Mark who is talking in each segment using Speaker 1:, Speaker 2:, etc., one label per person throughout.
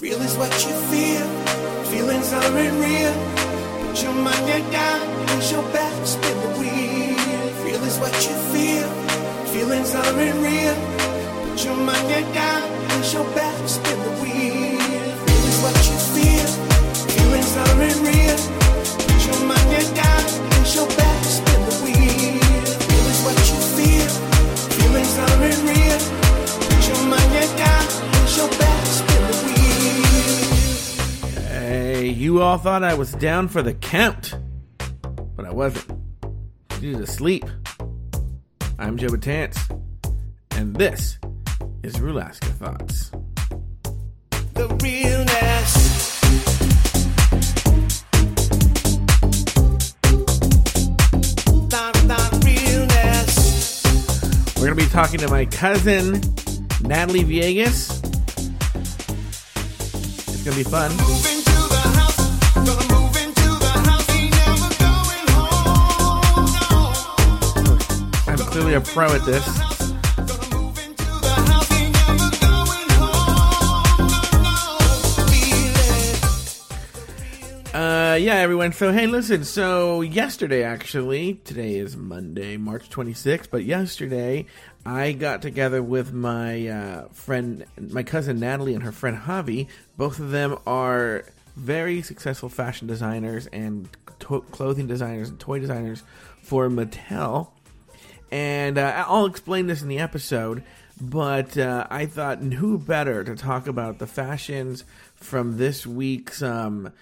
Speaker 1: Real is what you feel, feelings aren't real. Put your mind at down, push your back, spin the wheel. Real is what you feel, feelings aren't real. Put your mind at down, push your back, spin the wheel. Real is what you feel, feelings aren't real. Put your mind at down, push your back, spin the wheel. Real is what you feel, feelings aren't real. Put your mind at down, push your back, spin the wheel.
Speaker 2: Hey, you all thought I was down for the count, but I wasn't. Due to sleep. I'm Joe Batance, and this is Rulaska Thoughts.
Speaker 1: the realness. The, the realness.
Speaker 2: We're gonna be talking to my cousin Natalie Viegas. It's gonna be fun.
Speaker 1: Move into the house, gonna move into the house, ain't never going home. No.
Speaker 2: I'm clearly a pro at this.
Speaker 1: Gonna move into the house, ain't never going home. No, no. Feel it.
Speaker 2: Uh, yeah, everyone. So, hey, listen. So, yesterday, actually, today is Monday, March 26th, but yesterday I got together with my uh, friend, my cousin Natalie, and her friend Javi. Both of them are very successful fashion designers and to- clothing designers and toy designers for Mattel. And uh, I'll explain this in the episode, but uh, I thought who better to talk about the fashions from this week's um,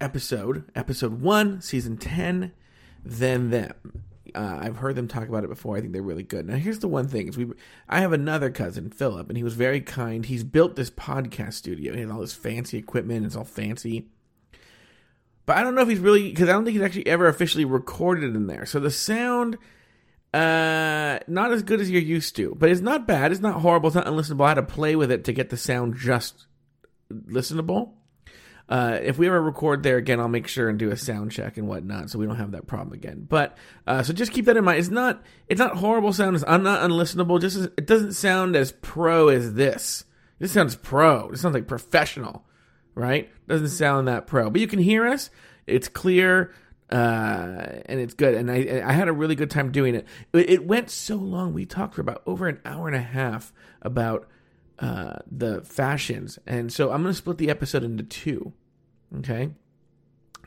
Speaker 2: episode, episode one, season 10, than them. Uh, I've heard them talk about it before. I think they're really good. Now, here's the one thing: is we, I have another cousin, Philip, and he was very kind. He's built this podcast studio. He has all this fancy equipment. It's all fancy, but I don't know if he's really because I don't think he's actually ever officially recorded in there. So the sound uh, not as good as you're used to, but it's not bad. It's not horrible. It's not unlistenable. I had to play with it to get the sound just listenable. Uh, if we ever record there again, I'll make sure and do a sound check and whatnot, so we don't have that problem again. But uh, so just keep that in mind. It's not it's not horrible sound. It's un- not unlistenable. Just as, it doesn't sound as pro as this. This sounds pro. This sounds like professional, right? Doesn't sound that pro, but you can hear us. It's clear uh, and it's good. And I I had a really good time doing it. It, it went so long. We talked for about over an hour and a half about uh, the fashions, and so I'm gonna split the episode into two. Okay.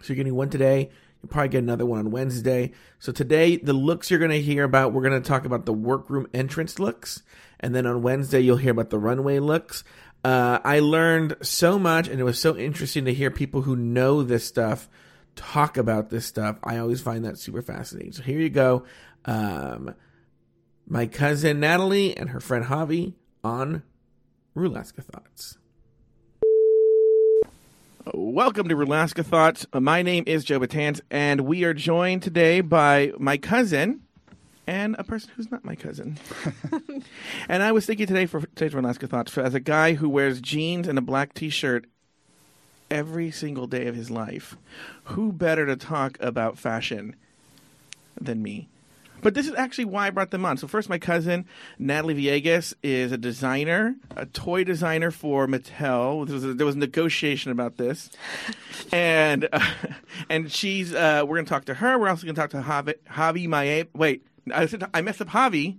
Speaker 2: So you're getting one today. You'll probably get another one on Wednesday. So today, the looks you're going to hear about, we're going to talk about the workroom entrance looks. And then on Wednesday, you'll hear about the runway looks. Uh, I learned so much, and it was so interesting to hear people who know this stuff talk about this stuff. I always find that super fascinating. So here you go. Um, my cousin Natalie and her friend Javi on Rulaska Thoughts. Welcome to Rulaska Thoughts. Uh, My name is Joe Batans, and we are joined today by my cousin and a person who's not my cousin. and I was thinking today for today's Rulaska Thoughts, for, as a guy who wears jeans and a black T-shirt every single day of his life, who better to talk about fashion than me? But this is actually why I brought them on. So first, my cousin Natalie Viegas is a designer, a toy designer for Mattel. There was, there was negotiation about this, and uh, and she's uh, we're going to talk to her. We're also going to talk to Javi, Javi Maebe. Wait, I, said, I messed up Javi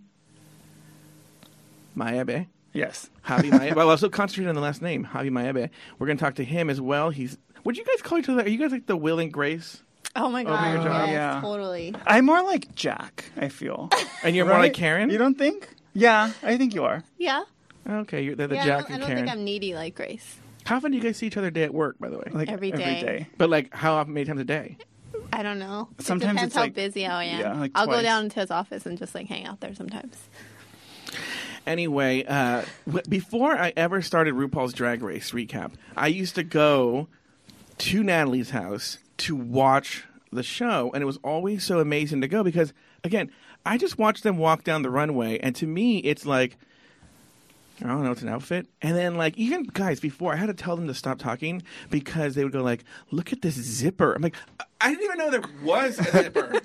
Speaker 2: Maebe.
Speaker 3: Yes.
Speaker 2: Javi Maebe. well, I was so concentrated on the last name, Javi Maebe. We're going to talk to him as well. He's. Would you guys call each other? Are you guys like the Will and Grace?
Speaker 4: Oh my
Speaker 2: my
Speaker 4: god!
Speaker 2: God.
Speaker 4: yes,
Speaker 3: Yeah.
Speaker 4: totally.
Speaker 3: I'm more like Jack, I feel.
Speaker 2: And you're more
Speaker 3: Right?
Speaker 2: like Karen.
Speaker 3: You don't think? Yeah, I think you are.
Speaker 4: Yeah.
Speaker 2: Okay, you're, they're the
Speaker 4: yeah. I
Speaker 2: Jack
Speaker 4: don't, I
Speaker 2: and
Speaker 4: don't
Speaker 2: Karen.
Speaker 4: think I'm needy like Grace.
Speaker 2: How often do you guys see each other a day at work, by the way?
Speaker 3: Like
Speaker 4: Every
Speaker 3: Every
Speaker 4: day.
Speaker 3: day.
Speaker 2: but like, how often, many times a day?
Speaker 4: I don't know.
Speaker 3: Sometimes
Speaker 4: it depends
Speaker 3: it's
Speaker 4: how
Speaker 3: like-
Speaker 4: busy I am.
Speaker 3: yeah, like
Speaker 4: I'll
Speaker 3: twice.
Speaker 4: go down to his office and just like hang out there sometimes.
Speaker 2: Anyway, uh, w- before I ever started RuPaul's Drag Race recap, I used to go to Natalie's house to watch the show, and it was always so amazing to go because, again, I just watched them walk down the runway, and to me, it's like. I don't know, it's an outfit. And then, like, even guys before, I had to tell them to stop talking because they would go, like, look at this zipper. I'm like, I I didn't even know there was a zipper.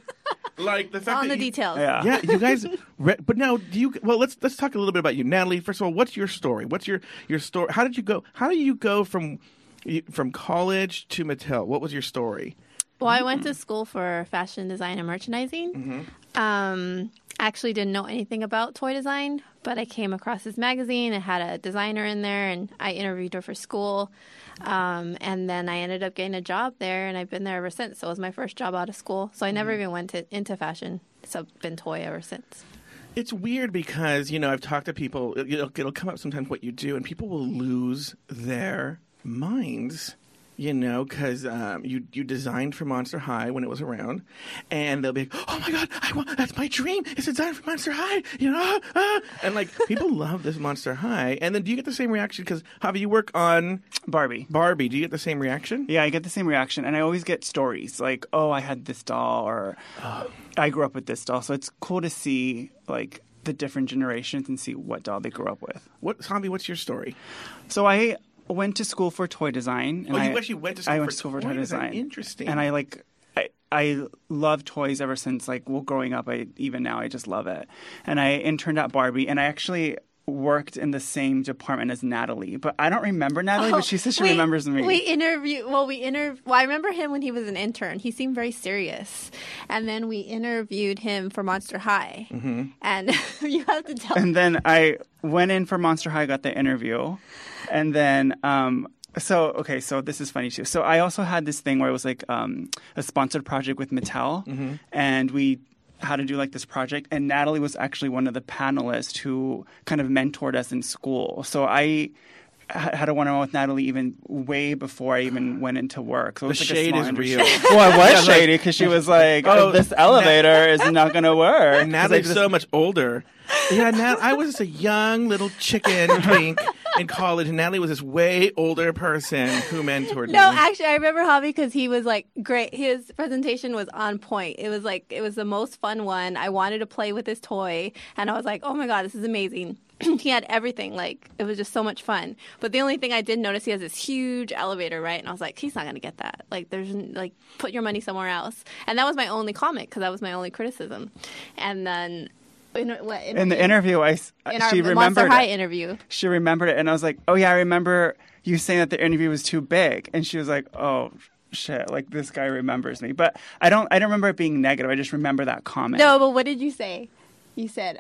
Speaker 2: Like the fact
Speaker 4: on
Speaker 2: that
Speaker 4: the
Speaker 2: you-
Speaker 4: details.
Speaker 3: Yeah.
Speaker 2: yeah, you guys. Re- but now, do you? Well, let's let's talk a little bit about you, Natalie. First of all, what's your story? What's your your story? How did you go? How do you go from you- from college to Mattel? What was your story?
Speaker 4: Well, I went to school for fashion design and merchandising. Um, actually, didn't know anything about toy design, but I came across this magazine. It had a designer in there, and I interviewed her for school. Um, and then I ended up getting a job there, and I've been there ever since. So it was my first job out of school. So I never even went to, into fashion. So I've been toy ever since.
Speaker 2: It's weird because you know I've talked to people. it- It'll, it'll come up sometimes what you do, and people will lose their minds. You know, because um, you you designed for Monster High when it was around, and they'll be like, "Oh my God, I want that's my dream! It's designed for Monster High!" You know, ah, ah." and like people love this Monster High, and then do you get the same reaction? Because Javi, you work on
Speaker 3: Barbie.
Speaker 2: Barbie. Do you get the same reaction?
Speaker 3: Yeah, I get the same reaction, and I always get stories like, "Oh, I had this doll," or "I grew up with this doll." So it's cool to see like the different generations and see what doll they grew up with.
Speaker 2: What Javi? What's your story?
Speaker 3: So I went to school for toy design. And
Speaker 2: Oh, you
Speaker 3: I-
Speaker 2: actually went to school
Speaker 3: I
Speaker 2: for
Speaker 3: went to school for
Speaker 2: toy
Speaker 3: toy,
Speaker 2: design.
Speaker 3: design.
Speaker 2: Interesting.
Speaker 3: And I like, I, I love toys ever since. Like, well, growing up, I even now I just love it. And I interned at Barbie, and I actually worked in the same department as Natalie, but I don't remember Natalie. but she says she
Speaker 4: We-
Speaker 3: remembers me.
Speaker 4: We interview. Well, we interview. Well, I remember him when he was an intern. He seemed very serious, and then we interviewed him for Monster High. And you have to
Speaker 3: Mm-hmm.
Speaker 4: tell.
Speaker 3: and then I went in for Monster High, got the interview, and then um, so okay, so this is funny too. So I also had this thing where it was like um, a sponsored project with Mattel,
Speaker 2: Mm-hmm.
Speaker 3: and we had to do like this project, and Natalie was actually one of the panelists who kind of mentored us in school. So I. ha- Had a one-on-one with Natalie even way before I even went into work. So it was like a
Speaker 2: shade
Speaker 3: small
Speaker 2: is
Speaker 3: industry.
Speaker 2: real.
Speaker 3: Well, I was shady because she was like,
Speaker 2: Oh,
Speaker 3: "Oh, this elevator is not going to work." 'Cause I
Speaker 2: Natalie's
Speaker 3: just-
Speaker 2: so much older. Yeah, Nat- I was just a young little chicken twink in college, and Natalie was this way older person who mentored me.
Speaker 4: No, actually, I remember Javi because he was like great. His presentation was on point. It was like it was the most fun one. I wanted to play with his toy, and I was like, "Oh my god, this is amazing!" he had everything. Like it was just so much fun. But the only thing I did notice, he has this huge elevator, right? And I was like, "He's not gonna get that." Like there's n- like put your money somewhere else. And that was my only comment because that was my only criticism. And then in, what,
Speaker 3: in the interview, I s-
Speaker 4: in our
Speaker 3: she
Speaker 4: Monster
Speaker 3: remembered
Speaker 4: High
Speaker 3: it.
Speaker 4: interview.
Speaker 3: She remembered it, and I was like, "Oh yeah, I remember you saying that the interview was too big," and she was like, "Oh." Shit, like this guy remembers me, but I don't. I don't remember it being negative. I just remember that comment.
Speaker 4: No, but what did you say? You said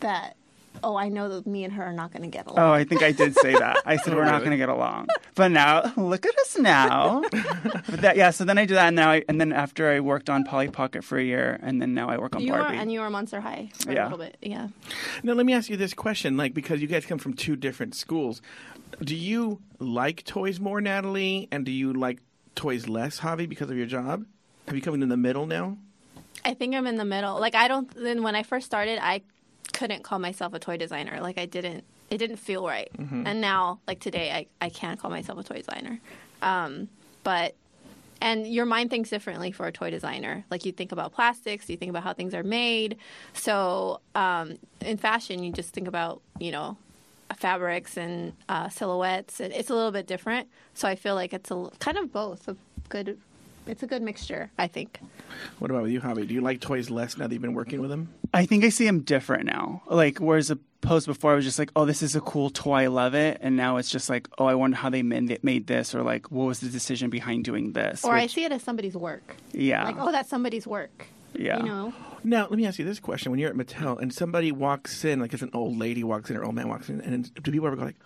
Speaker 4: that. Oh, I know that me and her are not going to get along.
Speaker 3: Oh, I think I did say that. I said we're not going to get along. But now, look at us now. but that, yeah. So then I do that, and now, I, and then after I worked on Polly Pocket for a year, and then now I work on
Speaker 4: you were
Speaker 3: Oh, Barbie.
Speaker 4: and you were Monster High for a
Speaker 3: Yeah.
Speaker 4: little bit. Yeah.
Speaker 2: Now, let me ask you this question, like because you guys come from two different schools, do you like toys more, Natalie, and do you like toys less, Javi, because of your job? Have you come in the middle now?
Speaker 4: I think I'm in the middle. Like I don't. Then when I first started, I couldn't call myself a toy designer. Like I didn't. It didn't feel right. And now, like today, I I can call myself a toy designer. Um, but and your mind thinks differently for a toy designer. Like you think about plastics, you think about how things are made. So um, in fashion, you just think about you know fabrics and uh, silhouettes, and it's a little bit different. So I feel like it's a l- kind of both a good. It's a good mixture, I think.
Speaker 2: What about with you, Javi? Do you like toys less now that you've been working with them?
Speaker 3: I think I see him different now. Like, whereas opposed before, I was just like, oh, this is a cool toy. I love it. And now it's just like, oh, I wonder how they made made this or like, what was the decision behind doing this?
Speaker 4: Or I
Speaker 3: Which-
Speaker 4: see it as somebody's work.
Speaker 3: yeah.
Speaker 4: Like, oh, that's somebody's work.
Speaker 3: yeah.
Speaker 4: You know?
Speaker 2: Now, let me ask you this question: When you're at Mattel and somebody walks in, like if an old lady walks in or old man walks in, and do people ever go like,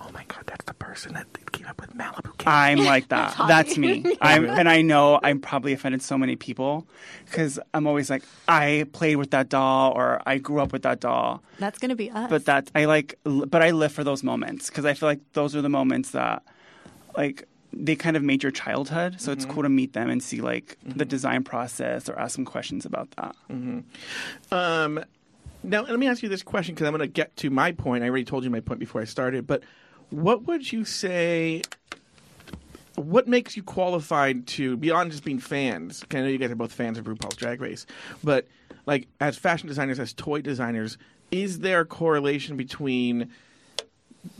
Speaker 2: "Oh my god, that's the person that came up with Malibu"? Cake."
Speaker 3: I'm like that. That's me. I'm, and I know I'm probably offended so many people because I'm always like, I played with that doll or I grew up with that doll.
Speaker 4: That's going to be us.
Speaker 3: But that I like, l- but I live for those moments because I feel like those are the moments that, like, they kind of made your childhood. So it's cool to meet them and see like the design process or ask them questions about that.
Speaker 2: Um, now, let me ask you this question because I'm going to get to my point. I already told you my point before I started, but what would you say? What makes you qualified to beyond just being fans? 'cause I know you guys are both fans of RuPaul's Drag Race, but like as fashion designers, as toy designers, is there a correlation between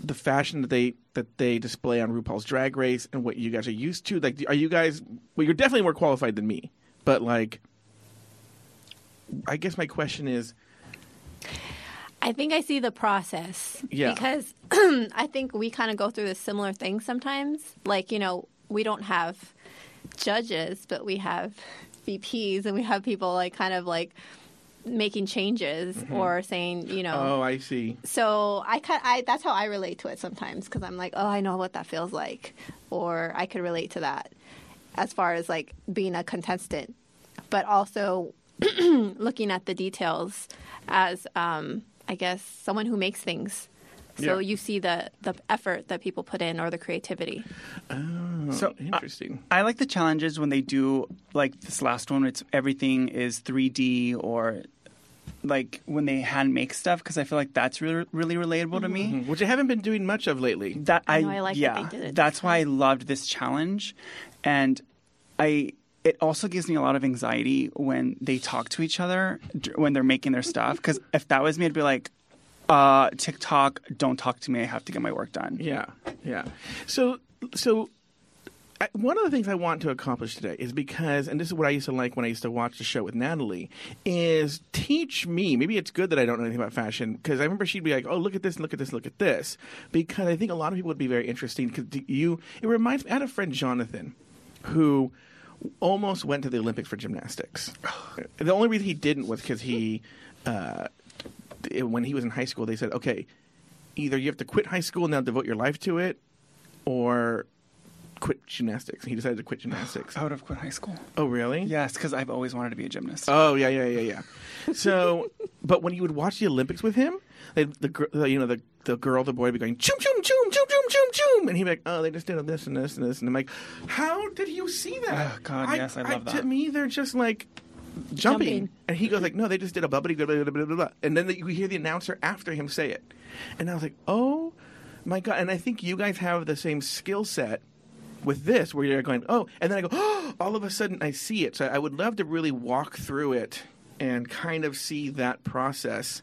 Speaker 2: the fashion that they that they display on RuPaul's Drag Race and what you guys are used to? Like, are you guys? Well, you're definitely more qualified than me, but like, I guess my question is,
Speaker 4: I think I see the process.
Speaker 2: Yeah.
Speaker 4: Because I think we kind of go through the similar things sometimes. Like, you know, we don't have judges, but we have VPs and we have people like kind of like making changes
Speaker 3: Mm-hmm.
Speaker 4: or saying, you know.
Speaker 2: oh, I see.
Speaker 4: So I, ki- I that's how I relate to it sometimes because I'm like, oh, I know what that feels like, or I could relate to that as far as like being a contestant, but also looking at the details as um, I guess someone who makes things. So
Speaker 2: Yeah.
Speaker 4: you see the the effort that people put in or the creativity.
Speaker 3: So I-
Speaker 2: Interesting.
Speaker 3: I like the challenges when they do like this last one. It's everything is 3D or like when they hand make stuff because I feel like that's really really relatable to me.
Speaker 2: Which I haven't been doing much of lately.
Speaker 3: That
Speaker 4: I
Speaker 3: I,
Speaker 4: know, I like that
Speaker 3: yeah.
Speaker 4: they did it
Speaker 3: that's
Speaker 4: this
Speaker 3: why I loved this challenge, and I it also gives me a lot of anxiety when they talk to each other d- when they're making their stuff because if that was me, I'd be like. Uh, TikTok, don't talk to me. I have to get my work done.
Speaker 2: Yeah, yeah. So, so I, one of the things I want to accomplish today is because, and this is what I used to like when I used to watch the show with Natalie, is teach me. Maybe it's good that I don't know anything about fashion because I remember she'd be like, "Oh, look at this, look at this, look at this," because I think a lot of people would be very interesting. Because you, it reminds me. I had a friend Jonathan, who almost went to the Olympics for gymnastics. The only reason he didn't was because he. Uh, it- when he was in high school, they said, okay, either you have to quit high school and now devote your life to it, or quit gymnastics. He decided to quit gymnastics.
Speaker 3: I would have quit high school.
Speaker 2: Oh, really?
Speaker 3: Yes, because I've always wanted to be a gymnast.
Speaker 2: Oh, yeah, yeah, yeah, yeah. So, but when you would watch the Olympics with him, they, the, gr- the you know the the girl, the boy would be going choom choom choom choom choom choom choom, and he'd be like, oh, they just did this and this and this, and I'm like, how did you see that?
Speaker 3: Oh, God, yes, I love
Speaker 2: To
Speaker 3: that.
Speaker 2: me, they're just like. Jumping.
Speaker 4: Jumping.
Speaker 2: and he goes like, "No, they just did a bubbly blah blah blah blah blah,", blah. and then you hear the announcer after him say it, and I was like, "Oh my god!" And I think you guys have the same skill set with this where you're going, oh, and then I go, oh, all of a sudden I see it. So I would love to really walk through it and kind of see that process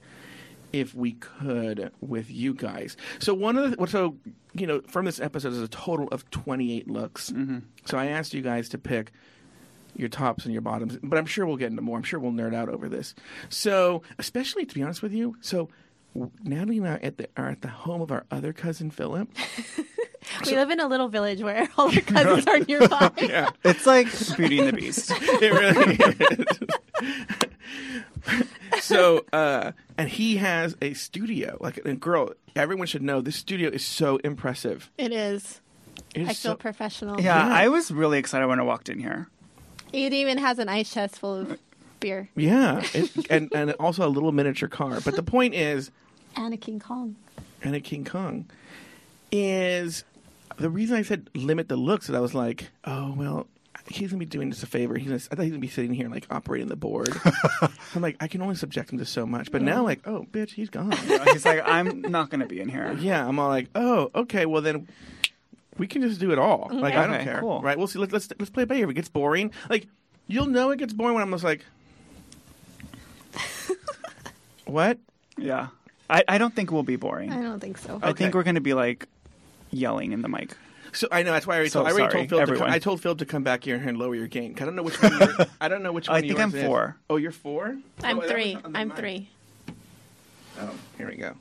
Speaker 2: if we could with you guys. So one of the, so, you know, from this episode is a total of 28 looks. So I asked you guys to pick your tops and your bottoms, but I'm sure we'll get into more. I'm sure we'll nerd out over this. So, especially to be honest with you, so Natalie and I are at the, are at the home of our other cousin Philip.
Speaker 4: we live in a little village where all our cousins are nearby.
Speaker 3: It's like Beauty and the Beast.
Speaker 2: it really is. so, uh, and he has a studio. Like, and girl, everyone should know this studio is so impressive.
Speaker 4: It is.
Speaker 2: It is
Speaker 4: I feel
Speaker 2: so-
Speaker 4: professional.
Speaker 3: Yeah, I was really excited when I walked in here.
Speaker 4: It even has an ice chest full of beer
Speaker 2: Yeah, it, and and also a little miniature car. But the point is,
Speaker 4: and a King Kong.
Speaker 2: and a King Kong is the reason I said limit the looks. That I was like, oh well, he's gonna be doing us a favor. He's gonna, I thought he was gonna be sitting here like operating the board. I'm like, I can only subject him to so much. But now, like, oh bitch, he's gone.
Speaker 3: Uh, He's like, I'm not going to be in here.
Speaker 2: Yeah, I'm all like, oh, okay, well then we can just do it all. Like I don't
Speaker 3: Mm-hmm. Okay,
Speaker 2: care,
Speaker 3: cool.
Speaker 2: right? We'll see. Let's let's let's play it by ear. If it gets boring, like you'll know it gets boring when I'm just like, what?
Speaker 3: Yeah. I, I don't think we'll be boring.
Speaker 4: I don't think so.
Speaker 3: I
Speaker 2: Okay.
Speaker 3: think we're going to be like yelling in the mic.
Speaker 2: So I know that's why I already
Speaker 3: So
Speaker 2: told, I already
Speaker 3: sorry,
Speaker 2: told Phil. To
Speaker 3: everyone.
Speaker 2: come, I told Phil to come back here and lower your gain. 'Cause I don't know which one. You're, I don't know which
Speaker 3: I
Speaker 2: one.
Speaker 3: think
Speaker 2: yours
Speaker 3: I'm
Speaker 2: is.
Speaker 3: four.
Speaker 2: Oh, you're four.
Speaker 4: I'm
Speaker 2: Oh, that
Speaker 4: three.
Speaker 2: was on the
Speaker 4: I'm
Speaker 2: mic.
Speaker 4: three.
Speaker 2: Oh, here we go.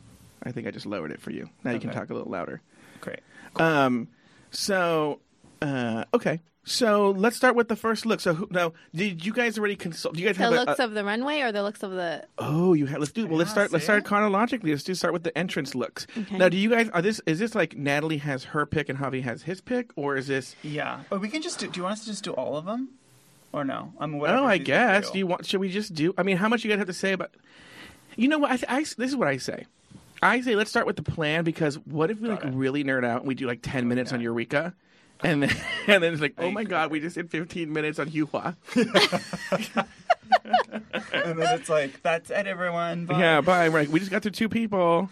Speaker 2: I think I just lowered it for you. Now you can
Speaker 3: Okay.
Speaker 2: talk a little louder.
Speaker 3: Great.
Speaker 2: Um. So, uh, okay. So let's start with the first look. So who, now, did you guys already consult? Do you guys
Speaker 4: The
Speaker 2: have
Speaker 4: looks
Speaker 2: a, a-
Speaker 4: of the runway or the looks of the
Speaker 2: Oh, you have. Let's do. Well, let's
Speaker 3: Yeah,
Speaker 2: start. Let's
Speaker 3: see?
Speaker 2: start chronologically. Let's do start with the entrance looks.
Speaker 4: Okay.
Speaker 2: Now, do you guys are this? Is this like Natalie has her pick and Javi has his pick, or is this?
Speaker 3: Yeah. Or we can just do, do you want us to just do all of them? Or no? I'm mean, whatever
Speaker 2: Oh, I
Speaker 3: these
Speaker 2: guess. Do you want? Should we just do? I mean, how much you guys have to say about? You know what? I, I this is what I say. I say let's start with the plan because what if we like
Speaker 3: Got it.
Speaker 2: really nerd out and we do like ten minutes on Eureka, and then and then it's like oh my god we just did fifteen minutes on Yuhua.
Speaker 3: and then it's like, that's it, everyone. Bye.
Speaker 2: Yeah, bye. Right, we just got through two people.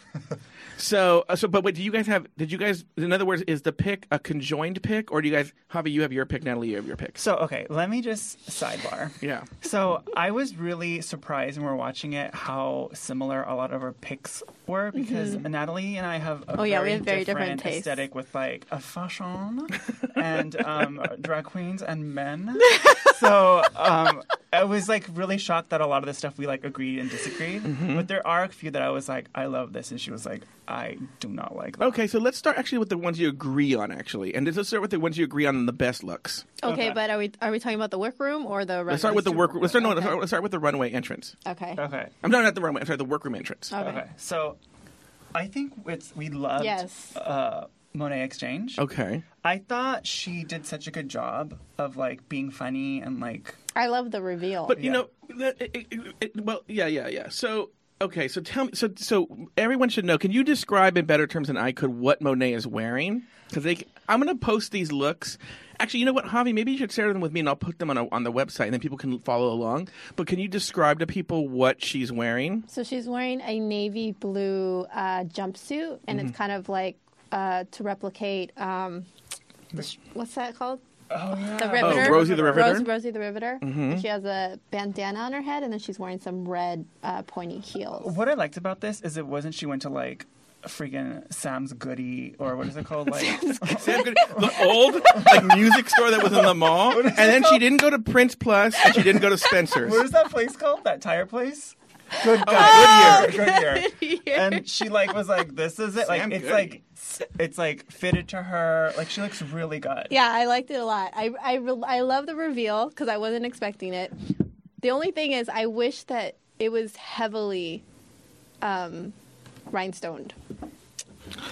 Speaker 2: so uh, so but wait, do you guys have? Did you guys? In other words, is the pick a conjoined pick or do you guys? Javi, you have your pick. Natalie, you have your pick.
Speaker 3: So, okay, let me just sidebar.
Speaker 2: Yeah.
Speaker 3: So I was really surprised when we were watching it how similar a lot of our picks were because Natalie and I have a
Speaker 4: Mm-hmm. Oh,
Speaker 3: very,
Speaker 4: yeah, we have very different tastes.
Speaker 3: aesthetic with like a fashion and um, drag queens and men. so um, I was like really shocked that a lot of the stuff we like agreed and disagreed.
Speaker 4: Mm-hmm.
Speaker 3: But there are a few that I was like, I love this, and she was like, I do not like that.
Speaker 2: Okay, so let's start actually with the ones you agree on, actually, and let's start with the ones you agree on in the best looks.
Speaker 4: Okay, but are we are we talking about the workroom or the?
Speaker 2: Let's start with the work. Let's start, no, let's
Speaker 4: Okay.
Speaker 2: start- let's start with the runway entrance.
Speaker 4: Okay.
Speaker 3: Okay.
Speaker 2: I'm not at the runway. I'm sorry, the workroom entrance.
Speaker 4: Okay.
Speaker 3: Okay. So, I think it's we loved
Speaker 4: Yes.
Speaker 3: uh, Monet Exchange.
Speaker 2: Okay.
Speaker 3: I thought she did such a good job of like being funny and like
Speaker 4: I love the reveal.
Speaker 2: But you
Speaker 3: Yeah.
Speaker 2: know, that- it- it- it- well, yeah, yeah, yeah. So okay, so tell me, so so everyone should know. Can you describe in better terms than I could what Monet is wearing? Because they, I'm going to post these looks. Actually, you know what, Javi? Maybe you should share them with me, and I'll put them on a, on the website, and then people can follow along. But can you describe to people what she's wearing?
Speaker 4: so she's wearing a navy blue uh, jumpsuit, and
Speaker 2: Mm-hmm.
Speaker 4: it's kind of like uh, to replicate. Um, the sh- what's that called?
Speaker 3: oh yeah
Speaker 4: The Riveter.
Speaker 2: Rosie the Riveter? Mm-hmm.
Speaker 4: Rose, Rosie the Riveter. And She has a bandana on her head, and then she's wearing some red uh, pointy heels.
Speaker 3: What I liked about this is it wasn't she went to like freaking Sam's Goody or what is it called like
Speaker 2: Sam Goody- the old like music store that was in the mall, and then she didn't go to Prince Plus, and she didn't go to Spencer's.
Speaker 3: what is that place called that tire place? Good God, Goodyear, Goodyear. And she like was like this is it like
Speaker 2: Sam
Speaker 3: it's
Speaker 2: Goody.
Speaker 3: like it's like fitted to her like she looks really good.
Speaker 4: Yeah, I liked it a lot. I I, re- I love the reveal because I wasn't expecting it. The only thing is, I wish that it was heavily um, rhinestoned.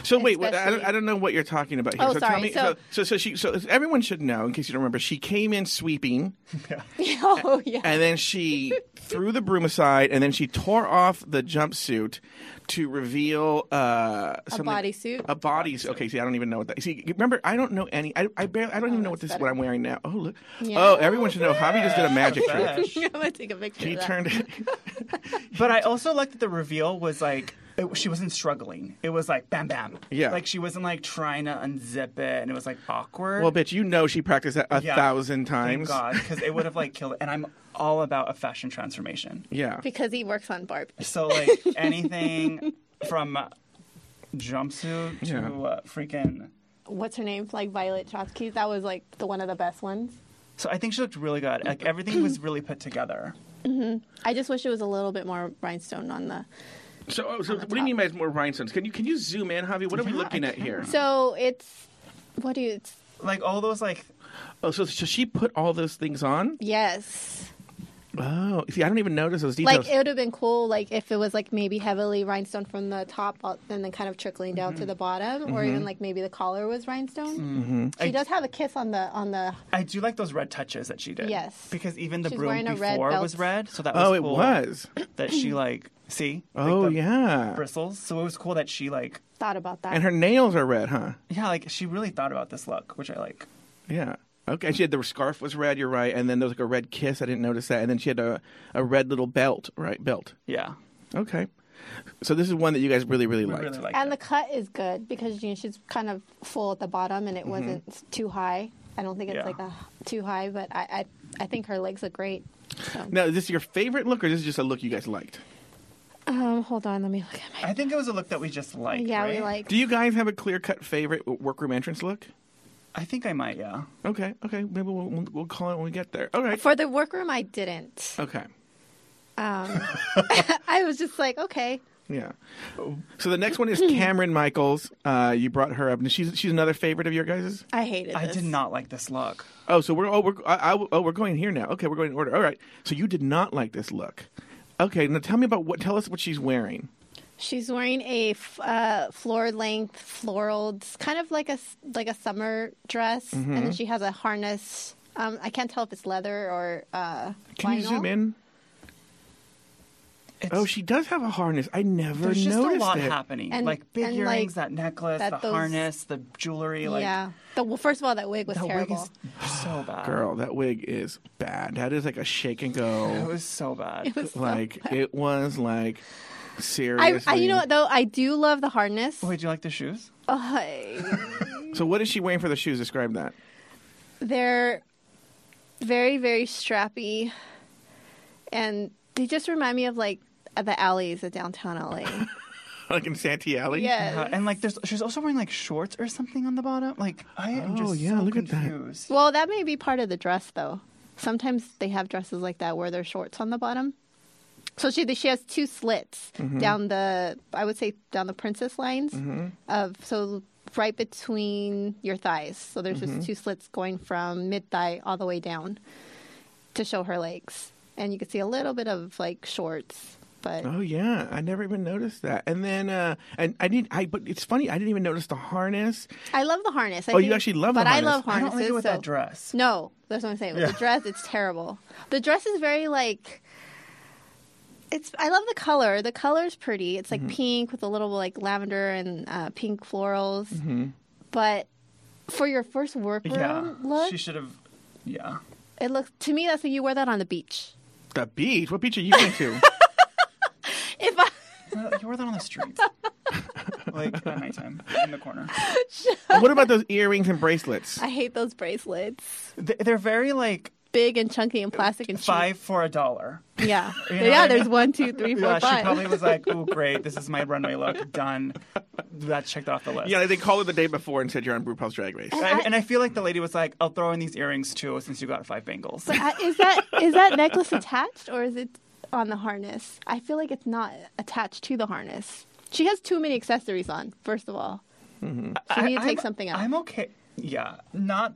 Speaker 2: So wait, wait, I don't,
Speaker 4: Especially-
Speaker 2: I don't know what you're talking about here.
Speaker 4: Oh,
Speaker 2: so tell
Speaker 4: sorry.
Speaker 2: me. So, so,
Speaker 4: So-
Speaker 2: so she, so everyone should know in case you don't remember. She came in sweeping,
Speaker 4: oh yeah.
Speaker 2: and then she threw the broom aside, and then she tore off the jumpsuit to reveal uh, something-
Speaker 4: bodysuit?
Speaker 2: A bodysuit. Okay, see, I don't even know what that. See, remember, I don't know any. I, I barely. I don't even know what this
Speaker 4: that's
Speaker 2: what I'm wearing now. Oh look.
Speaker 4: Yeah.
Speaker 2: Oh, everyone should know. Javi just did a magic trick.
Speaker 3: Fresh.
Speaker 4: I'm gonna take a picture.
Speaker 2: He
Speaker 4: of that.
Speaker 2: turned.
Speaker 3: But I also liked that the reveal was like it, she wasn't struggling. It was like bam bam.
Speaker 2: Yeah.
Speaker 3: Like she wasn't like trying to unzip it and it was like awkward.
Speaker 2: well, bitch, you know she practiced that a
Speaker 3: Yeah.
Speaker 2: thousand times.
Speaker 3: Thank God, because it would have like killed. it. And I'm all about a fashion transformation.
Speaker 2: Yeah.
Speaker 4: because he works on Barbie.
Speaker 3: So like anything from jumpsuit to
Speaker 2: Yeah.
Speaker 3: uh, freaking.
Speaker 4: What's her name? Like Violet Chachki. That was like the one of the best ones.
Speaker 3: So I think she looked really good. Like everything was really put together.
Speaker 4: I just wish it was a little bit more rhinestone on the.
Speaker 2: So, oh, so what do you mean by more rhinestones? Can you can you zoom in, Javi? What are we
Speaker 3: Yeah,
Speaker 2: looking
Speaker 3: I
Speaker 2: at here?
Speaker 4: So it's what do you? It's,
Speaker 3: Like all those like
Speaker 2: Oh, so, so she put all those things on?
Speaker 4: yes,
Speaker 2: Oh, see, I don't even notice those details.
Speaker 4: like it would have been cool, like if it was like maybe heavily rhinestone from the top up and then kind of trickling down to the bottom, or even like maybe the collar was rhinestone. She
Speaker 3: I-
Speaker 4: does have a kiss on the on the.
Speaker 3: I do like those red touches that she did.
Speaker 4: Yes.
Speaker 3: Because even the
Speaker 4: She's
Speaker 3: broom
Speaker 4: wearing a red
Speaker 3: before
Speaker 4: belt.
Speaker 3: was red, so that was
Speaker 2: oh, it
Speaker 3: cool
Speaker 2: was.
Speaker 3: that she like see. like,
Speaker 2: oh,
Speaker 3: the
Speaker 2: yeah.
Speaker 3: Bristles. So it was cool that she like
Speaker 4: Thought about that.
Speaker 2: And her nails are red, huh?
Speaker 3: yeah like she really thought about this look, which I like.
Speaker 2: Yeah. Okay. And she had the scarf was red. You're right. And then there was like a red kiss. I didn't notice that. And then she had a a red little belt, right? Belt.
Speaker 3: Yeah.
Speaker 2: Okay. So this is one that you guys really really
Speaker 3: We
Speaker 2: liked.
Speaker 3: really like
Speaker 4: And the cut is good because you know she's kind of full at the bottom and it wasn't too high. I don't think it's
Speaker 3: Yeah.
Speaker 4: like a, too high, but I, I I think her legs look great. So
Speaker 2: Now, is this your favorite look, or is this just a look you guys liked?
Speaker 4: um, hold on, let me look at my.
Speaker 3: I think it was a look that we just liked.
Speaker 4: yeah, we
Speaker 3: right?
Speaker 4: like.
Speaker 2: Do you guys have a clear cut favorite workroom entrance look?
Speaker 3: I think I might. Yeah.
Speaker 2: Okay. Okay. Maybe we'll we'll, we'll call it when we get there. All right.
Speaker 4: For the workroom, I didn't.
Speaker 2: Okay.
Speaker 4: Um, I was just like, okay,
Speaker 2: Yeah. So the next one is Cameron Michaels. Uh, you brought her up, and she's she's another favorite of your guys'.
Speaker 4: I hated.
Speaker 3: I
Speaker 4: this.
Speaker 3: did not like this look.
Speaker 2: Oh, so we're oh we're I, I- oh we're going here now. Okay, we're going in order. All right. So you did not like this look. Okay, now tell me about what. Tell us what she's wearing.
Speaker 4: She's wearing a f- uh, floor length floral, it's kind of like a s- like a summer dress, and then she has a harness. Um, I can't tell if it's leather or uh,
Speaker 2: Can you
Speaker 4: vinyl.
Speaker 2: zoom in?
Speaker 3: It's,
Speaker 2: Oh, she does have a harness. I never
Speaker 3: there's just
Speaker 2: noticed
Speaker 3: a lot
Speaker 2: it.
Speaker 3: happening.
Speaker 4: And-
Speaker 3: like big
Speaker 4: and,
Speaker 3: earrings,
Speaker 4: like,
Speaker 3: that necklace,
Speaker 4: that
Speaker 3: the
Speaker 4: those-
Speaker 3: harness, the jewelry. Like,
Speaker 4: yeah. The, well, first of all, that wig was
Speaker 3: the
Speaker 4: terrible.
Speaker 3: wig is so bad.
Speaker 2: Girl, that wig is bad. That is like a shake and
Speaker 3: it
Speaker 2: go.
Speaker 3: was so bad.
Speaker 4: It was so-
Speaker 2: like it was like
Speaker 4: I,
Speaker 2: seriously.
Speaker 4: I, you know what though? I do love the harness.
Speaker 3: Wait, do you like the shoes?
Speaker 4: Uh,
Speaker 2: So what is she wearing for the shoes? Describe that.
Speaker 4: they're very very strappy, and they just remind me of like the alleys of downtown LA.
Speaker 2: Like in Santee Alley.
Speaker 3: Yeah,
Speaker 4: yeah.
Speaker 3: and like, there's she's also wearing like shorts or something on the bottom. Like, I am
Speaker 2: Oh,
Speaker 3: just
Speaker 2: yeah,
Speaker 3: so
Speaker 2: look at that.
Speaker 3: confused.
Speaker 4: Well, that may be part of the dress though. sometimes they have dresses like that where there's shorts on the bottom. So she she has two slits
Speaker 2: Mm-hmm.
Speaker 4: down the I would say down the princess lines of so right between your thighs. So there's
Speaker 2: Mm-hmm.
Speaker 4: just two slits going from mid thigh all the way down to show her legs, and you can see a little bit of like shorts, but
Speaker 2: Oh yeah, I never even noticed that. And then, uh, and I need, I but it's funny, I didn't even notice the harness.
Speaker 4: I love the harness. I
Speaker 2: Oh, you
Speaker 4: think-
Speaker 2: actually love the
Speaker 4: but
Speaker 2: harness.
Speaker 4: I love
Speaker 2: I
Speaker 4: harnesses.
Speaker 3: I don't like it with that
Speaker 4: so-
Speaker 3: dress.
Speaker 4: No, that's what I'm saying. With the dress, it's terrible. The dress is very like. It's. I love the color. The color's pretty. It's
Speaker 3: Mm-hmm.
Speaker 4: like pink with a little like lavender and uh, pink florals. But for your first workroom
Speaker 3: Mm-hmm. Yeah,
Speaker 4: look,
Speaker 3: she should have. Yeah,
Speaker 4: it looks to me that's like you wear that on the beach.
Speaker 2: The beach. What beach are you going to?
Speaker 4: If I
Speaker 3: Uh, you wore that on the street, like at nighttime in the corner.
Speaker 2: what about those earrings and bracelets?
Speaker 4: I hate those bracelets,
Speaker 3: They- They're very like
Speaker 4: big and chunky and plastic and cheap.
Speaker 3: five for a dollar.
Speaker 4: Yeah,
Speaker 3: know what
Speaker 4: yeah.
Speaker 3: I
Speaker 4: There's
Speaker 3: mean?
Speaker 4: one, two, three,
Speaker 3: Yeah,
Speaker 4: four, five.
Speaker 3: she probably was like, "Oh, great, this is my runway look. Done. That checked off the list."
Speaker 2: Yeah, they called it the day before and said you're on RuPaul's Drag Race.
Speaker 3: and, and I feel like the lady was like, "I'll throw in these earrings too, since you got five bangles."
Speaker 4: But I- is that is that necklace attached or is it on the harness? I feel like it's not attached to the harness. She has too many accessories on. First of all, she need to take
Speaker 3: I'm-
Speaker 4: something out.
Speaker 3: I'm okay. Yeah, not.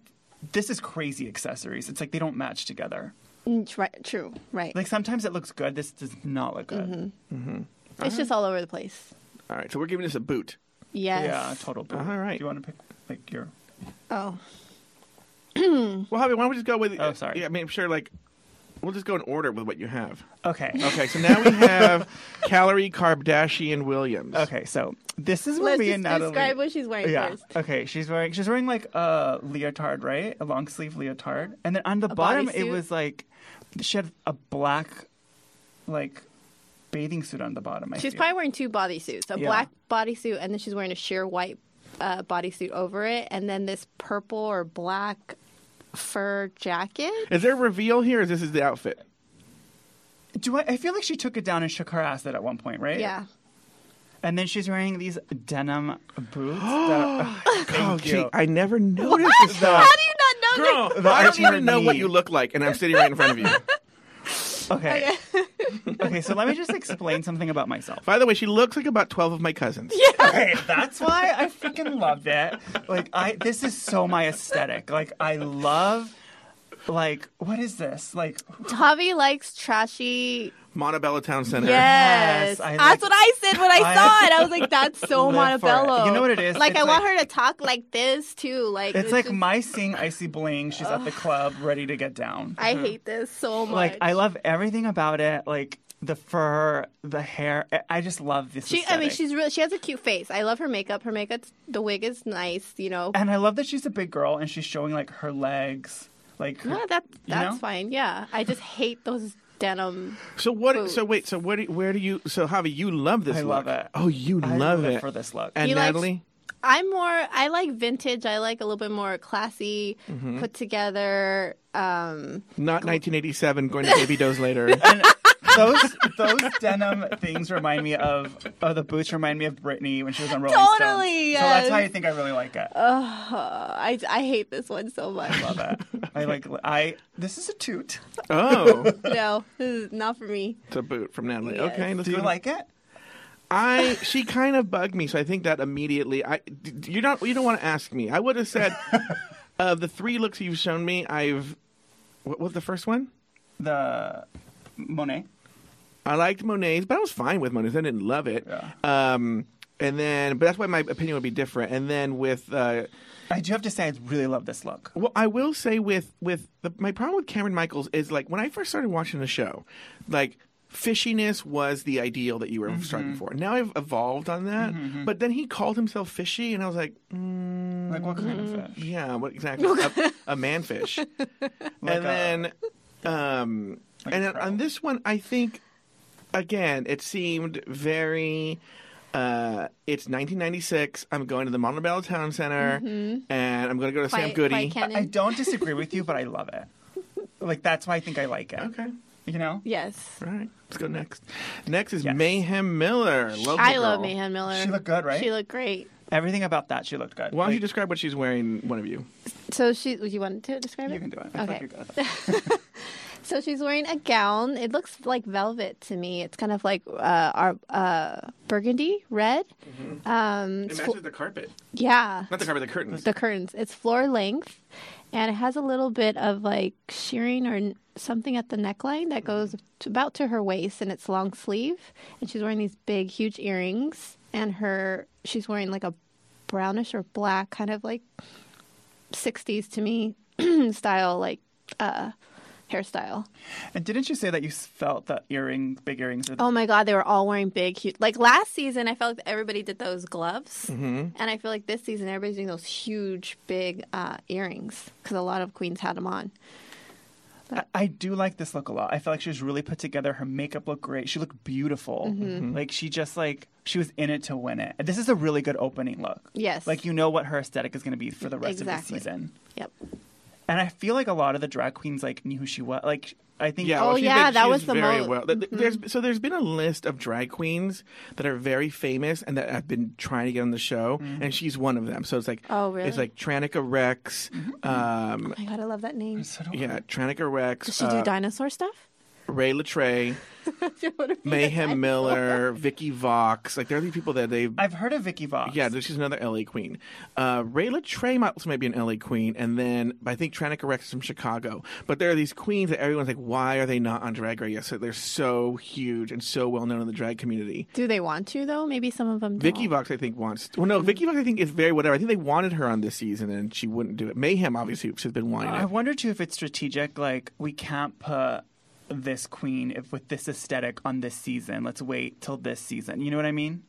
Speaker 3: This is crazy accessories. It's like they don't match together.
Speaker 4: Mm, tr- right, True, right?
Speaker 3: Like sometimes it looks good. This does not look good.
Speaker 4: Mm-hmm. it's just all over the place.
Speaker 2: All right, so we're giving this a boot.
Speaker 4: Yes.
Speaker 3: Yeah, total. Boo.
Speaker 2: All right.
Speaker 3: Do you want to pick like your?
Speaker 4: Oh,
Speaker 2: Well, Javi, why don't we just go with?
Speaker 3: Oh, sorry.
Speaker 2: Yeah, I mean, I'm sure like we'll just go in order with what you have.
Speaker 3: Okay.
Speaker 2: Okay, so now we have Calorie Kardashian Williams.
Speaker 3: Okay, so this is where
Speaker 4: let's
Speaker 3: me
Speaker 4: just
Speaker 3: and Natalie.
Speaker 4: describe what she's wearing
Speaker 3: yeah.
Speaker 4: first.
Speaker 3: Okay, she's wearing she's wearing like a leotard, right? A long sleeve leotard, and then on the
Speaker 4: A
Speaker 3: bottom it
Speaker 4: bodysuit?
Speaker 3: was like she had a black, like, bathing suit on the bottom. I
Speaker 4: She's
Speaker 3: feel.
Speaker 4: probably wearing two bodysuits: a
Speaker 3: Yeah.
Speaker 4: black bodysuit and then she's wearing a sheer white uh, bodysuit over it, and then this purple or black fur jacket.
Speaker 2: Is there a reveal here? Or is this is the outfit?
Speaker 3: Do I? I feel like she took it down and shook her acid at one point, right?
Speaker 4: Yeah.
Speaker 3: And then she's wearing these denim boots. that,
Speaker 2: Oh,
Speaker 3: thank
Speaker 2: gee,
Speaker 3: you.
Speaker 2: I never noticed this
Speaker 4: How
Speaker 2: stuff.
Speaker 4: do you not know
Speaker 2: Girl,
Speaker 4: that?
Speaker 3: The
Speaker 2: I don't
Speaker 3: arch of her
Speaker 2: even know what
Speaker 3: knee.
Speaker 2: you look like, and I'm sitting right in front of you.
Speaker 3: okay. okay. So let me just explain something about myself.
Speaker 2: By the way, she looks like about 12 of my cousins.
Speaker 3: Okay, that's why I freaking loved it. Like I this is so my aesthetic. Like I love like what is this? Like
Speaker 4: Tavi likes trashy.
Speaker 2: Montebello Town Center.
Speaker 4: Yes,
Speaker 3: Yes, I
Speaker 4: that's
Speaker 3: like-
Speaker 4: what I said when I,
Speaker 3: I-
Speaker 4: saw it. I was like, "That's so
Speaker 3: Live for it.
Speaker 4: Montebello."
Speaker 3: You know what it is?
Speaker 4: Like,
Speaker 3: It's
Speaker 4: I want
Speaker 3: like-
Speaker 4: her to talk like this too. Like,
Speaker 3: it's like
Speaker 4: just-
Speaker 3: my seeing Icy Bling, she's at the club ready to get down.
Speaker 4: I hate this so much.
Speaker 3: Uh-huh. Like I love everything about it. Like the fur, the hair. I- I just love this.
Speaker 4: She, I mean,
Speaker 3: aesthetic.
Speaker 4: she's real. She has a cute face. I love her makeup. Her makeup, the wig is nice. You know,
Speaker 3: and I love that she's a big girl and she's showing like her legs. Like her-
Speaker 4: yeah, that
Speaker 3: you
Speaker 4: that's
Speaker 3: know?
Speaker 4: fine. Yeah, I just hate those denim.
Speaker 2: So what?
Speaker 4: Boots.
Speaker 2: So wait. So where? Do, you- where do you? So Javi, you love this.
Speaker 3: I love
Speaker 2: look.
Speaker 3: it.
Speaker 2: Oh, you
Speaker 3: I
Speaker 2: love, it.
Speaker 3: for this look.
Speaker 2: And
Speaker 4: He likes-
Speaker 2: Natalie,
Speaker 4: I'm more. I like vintage. I like a little bit more classy,
Speaker 3: Mm-hmm.
Speaker 4: put together. Um,
Speaker 2: not 1987, going to Baby Doe's later.
Speaker 3: And those those denim things remind me of oh the boots remind me of Britney when she was on Rolling Stones.
Speaker 4: Totally,
Speaker 3: So that's why I
Speaker 4: yes. Uh.
Speaker 3: think I really like it.
Speaker 4: I I hate this one so much.
Speaker 3: Love it. I like I this is a toot.
Speaker 2: Oh,
Speaker 4: no, this is not for me.
Speaker 2: it's a boot from Natalie.
Speaker 4: Yes.
Speaker 2: Okay, let's
Speaker 3: Do you
Speaker 2: go.
Speaker 3: like it?
Speaker 2: I she kind of bugged me, so I think that immediately. I d- d- you don't you don't want to ask me. I would have said of the three looks you've shown me, I've what was the first one?
Speaker 3: The Monet.
Speaker 2: I liked Monet's, but I was fine with Monet's. I didn't love it.
Speaker 3: Yeah.
Speaker 2: Um, and then, but that's why my opinion would be different. And then with. Uh,
Speaker 3: I do have to say I really love this look.
Speaker 2: Well, I will say with with the, my problem with Cameron Michaels is like when I first started watching the show, like fishiness was the ideal that you were striving for. Now I've evolved on that, but then he called himself fishy, and I was like, mm,
Speaker 3: Like what kind
Speaker 4: Mm-hmm.
Speaker 3: of fish?
Speaker 2: yeah, what exactly? a, a manfish.
Speaker 3: Like
Speaker 2: and then,
Speaker 3: a-
Speaker 2: um,
Speaker 3: Like a
Speaker 2: and on-
Speaker 3: trout.
Speaker 2: on this one, I think again it seemed very. Uh, it's 1996. I'm going to the Montebello Town Center,
Speaker 4: Mm-hmm.
Speaker 2: and I'm going to go to Sam
Speaker 4: By-
Speaker 2: Goody.
Speaker 4: by Canon.
Speaker 3: I don't disagree with you, but I love it. Like that's why I think I like it.
Speaker 2: okay.
Speaker 3: You know?
Speaker 4: Yes.
Speaker 2: All right, let's go next. Next is
Speaker 3: Yes.
Speaker 2: Mayhem Miller. local
Speaker 4: I love
Speaker 2: girl.
Speaker 4: Mayhem Miller.
Speaker 3: She looked good, right?
Speaker 4: She looked great.
Speaker 3: Everything about that, she looked good.
Speaker 2: Why don't you
Speaker 3: Like,
Speaker 2: describe what she's wearing, one of you?
Speaker 4: So she, you wanted to describe it?
Speaker 3: You can do it. I
Speaker 4: Okay.
Speaker 3: okay. Good at that.
Speaker 4: So she's wearing a gown. It looks like velvet to me. It's kind of like uh, our uh, burgundy red.
Speaker 3: Mm-hmm.
Speaker 4: Um,
Speaker 2: It
Speaker 4: it's fl-
Speaker 2: matches the carpet.
Speaker 4: yeah,
Speaker 2: Not the carpet, the curtains.
Speaker 4: the curtains. It's floor length, and it has a little bit of like shearing or n- something at the neckline that goes to about to her waist, and it's long sleeve. And she's wearing these big, huge earrings, and her she's wearing like a brownish or black kind of like '60s to me style, like uh, hairstyle.
Speaker 3: And didn't you say that you s- felt that earring, big earrings? Are the,
Speaker 4: Oh my god, they were all wearing big, huge. Like last season, I felt like everybody did those gloves,
Speaker 2: Mm-hmm.
Speaker 4: and I feel like this season everybody's doing those huge, big uh, earrings because a lot of queens had them on.
Speaker 3: I, I do like this look a lot. I feel like she was really put together. Her makeup looked great. She looked beautiful.
Speaker 4: Mm-hmm.
Speaker 2: Mm-hmm.
Speaker 3: Like she just like she was in it to win it. And This is a really good opening look.
Speaker 4: Yes.
Speaker 3: Like you know what her aesthetic is going to be for the rest
Speaker 4: Exactly.
Speaker 3: of the season.
Speaker 4: Yep.
Speaker 3: And I feel like a lot of the drag queens like knew who she was. Like I think
Speaker 2: Yeah.
Speaker 4: Oh,
Speaker 2: she's
Speaker 4: yeah,
Speaker 2: been-
Speaker 4: that
Speaker 2: she's
Speaker 4: was the
Speaker 2: very
Speaker 4: mo- Mm-hmm.
Speaker 2: well. th- th- There's so there's been a list of drag queens that are very famous and that I've been trying to get on the show, and she's one of them. So it's like
Speaker 4: Mm-hmm. Oh, really?
Speaker 2: It's like Tranica Rex. Um,
Speaker 4: Oh my god, I love that name.
Speaker 3: So don't-
Speaker 2: yeah, Tranica Rex.
Speaker 4: Does she
Speaker 2: uh,
Speaker 4: do dinosaur stuff?
Speaker 2: Ray Latrey, Mayhem Miller, Vicky Vox. Like there are these people that they.
Speaker 3: I've heard of Vicky Vox.
Speaker 2: Yeah, she's another LA queen. Uh, Ray Latrey might also might be an LA queen, and then I think Tranica Rex is from Chicago. But there are these queens that everyone's like, why are they not on Drag Race? So they're so huge and so well known in the drag community.
Speaker 4: Do they want to though? Maybe some of them.
Speaker 2: Vicky
Speaker 4: don't.
Speaker 2: Vox, I think, wants. Well, no, Vicky Vox, I think, is very whatever. I think they wanted her on this season, and she wouldn't do it. Mayhem, obviously, she's been wanting
Speaker 3: I
Speaker 2: it.
Speaker 3: wonder too if it's strategic. Like we can't put this queen if with this aesthetic on this season. Let's wait till this season. You know what I mean?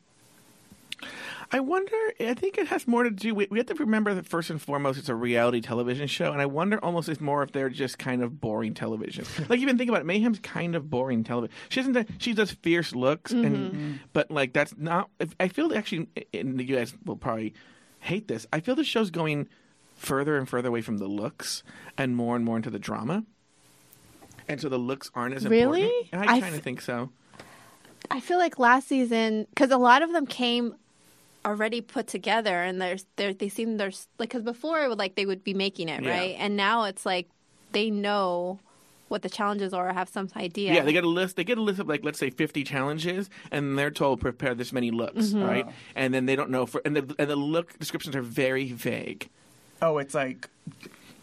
Speaker 2: I wonder. I think it has more to do. We, we have to remember that first and foremost, it's a reality television show, and I wonder almost if more if they're just kind of boring television. like even think about it, Mayhem's kind of boring television. She doesn't. do- She does fierce looks,
Speaker 4: Mm-hmm.
Speaker 2: and but like that's not. If, I feel actually, and you guys will probably hate this. I feel the show's going further and further away from the looks and more and more into the drama. And so the looks aren't as
Speaker 4: Really?
Speaker 2: important. And
Speaker 4: I
Speaker 2: I kind of
Speaker 4: f-
Speaker 2: think so.
Speaker 4: I feel like last season because a lot of them came already put together, and there's there they seem there's like because before it would like they would be making it
Speaker 2: Yeah.
Speaker 4: right, and now it's like they know what the challenges are or have some idea.
Speaker 2: Yeah, they get a list. They get a list of like let's say fifty challenges, and they're told prepare this many looks,
Speaker 3: Mm-hmm.
Speaker 2: right? And then they don't know for and the and the look descriptions are very vague.
Speaker 3: Oh, it's like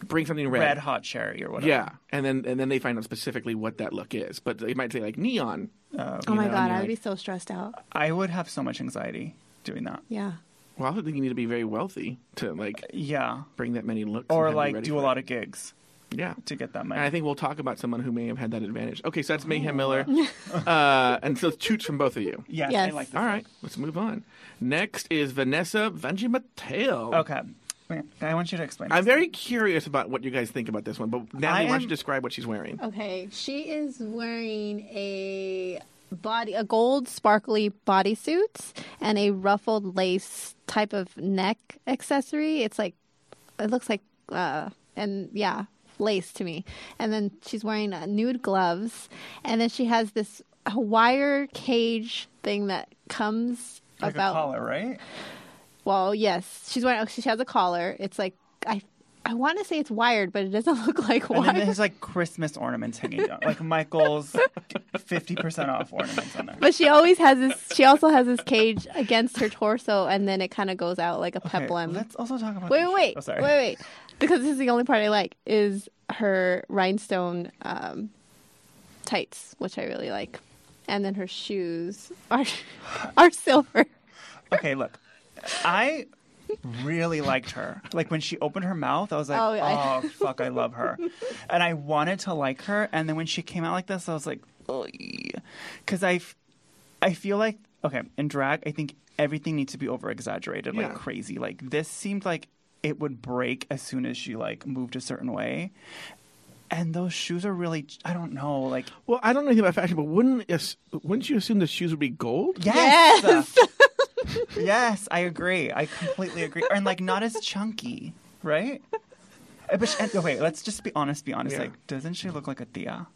Speaker 2: Bring something red.
Speaker 3: red, hot cherry or whatever.
Speaker 2: Yeah, and then and then they find out specifically what that look is, but they might say like neon.
Speaker 4: Oh my
Speaker 2: know,
Speaker 4: god,
Speaker 2: and
Speaker 4: I
Speaker 2: you're
Speaker 4: would be
Speaker 2: like-
Speaker 4: so stressed out.
Speaker 3: I would have so much anxiety doing that.
Speaker 4: Yeah.
Speaker 2: Well, I also think you need to be very wealthy to like
Speaker 3: Yeah.
Speaker 2: bring that many looks,
Speaker 3: Or like do a lot of gigs
Speaker 2: of yeah.
Speaker 3: to get that Oh. money.
Speaker 2: And I think we'll talk about someone who may have had that advantage. Okay, so that's Mayhem Miller, uh, and so toots from both of you.
Speaker 3: yes, I
Speaker 4: Yes.
Speaker 3: like this.
Speaker 2: All right, let's move on. Next is Vanessa Vanji Mateo.
Speaker 3: Okay. Wait, I want you to explain.
Speaker 2: I'm
Speaker 3: this.
Speaker 2: very curious about what you guys think about this one, but Natalie,
Speaker 3: I
Speaker 2: why don't
Speaker 3: am-
Speaker 2: you describe what she's wearing?
Speaker 4: Okay, she is wearing a body a gold sparkly bodysuit and a ruffled lace type of neck accessory. It's like it looks like uh and yeah, lace to me. And then she's wearing uh, nude gloves and then she has this wire cage thing that comes
Speaker 3: like
Speaker 4: about
Speaker 3: a collar, right?
Speaker 4: well, yes, she's wearing. She has a collar. It's like I, I want to say it's wired, but it doesn't look like
Speaker 3: And then
Speaker 4: wire.
Speaker 3: there's like Christmas ornaments hanging down, like Michael's fifty percent off ornaments on there.
Speaker 4: But she always has this. She also has this cage against her torso, and then it kind of goes out like a
Speaker 3: Okay,
Speaker 4: peplum.
Speaker 3: let's also talk about.
Speaker 4: wait,
Speaker 3: this-
Speaker 4: wait, wait,
Speaker 3: Oh, sorry.
Speaker 4: wait, wait, because this is the only part I like is her rhinestone um, tights, which I really like, and then her shoes are are silver.
Speaker 3: Okay, look, I really liked her. Like when she opened her mouth, I was like,
Speaker 4: Oh,
Speaker 3: "Oh,
Speaker 4: yeah.
Speaker 3: fuck, I love her," and I wanted to like her. And then when she came out like this, I was like, because I, f- I feel like okay in drag, I think everything needs to be over exaggerated,
Speaker 2: Yeah.
Speaker 3: like crazy. Like this seemed like it would break as soon as she like moved a certain way. And those shoes are really, I don't know, like
Speaker 2: Well, I don't know anything about fashion, but wouldn't as- wouldn't you assume the shoes would be gold?
Speaker 3: Yes. yes, I agree. I completely agree. And like not as chunky, right? Uh, But she, and, okay, let's just be honest. Be honest.
Speaker 2: Yeah.
Speaker 3: Like, doesn't she look like a Thea?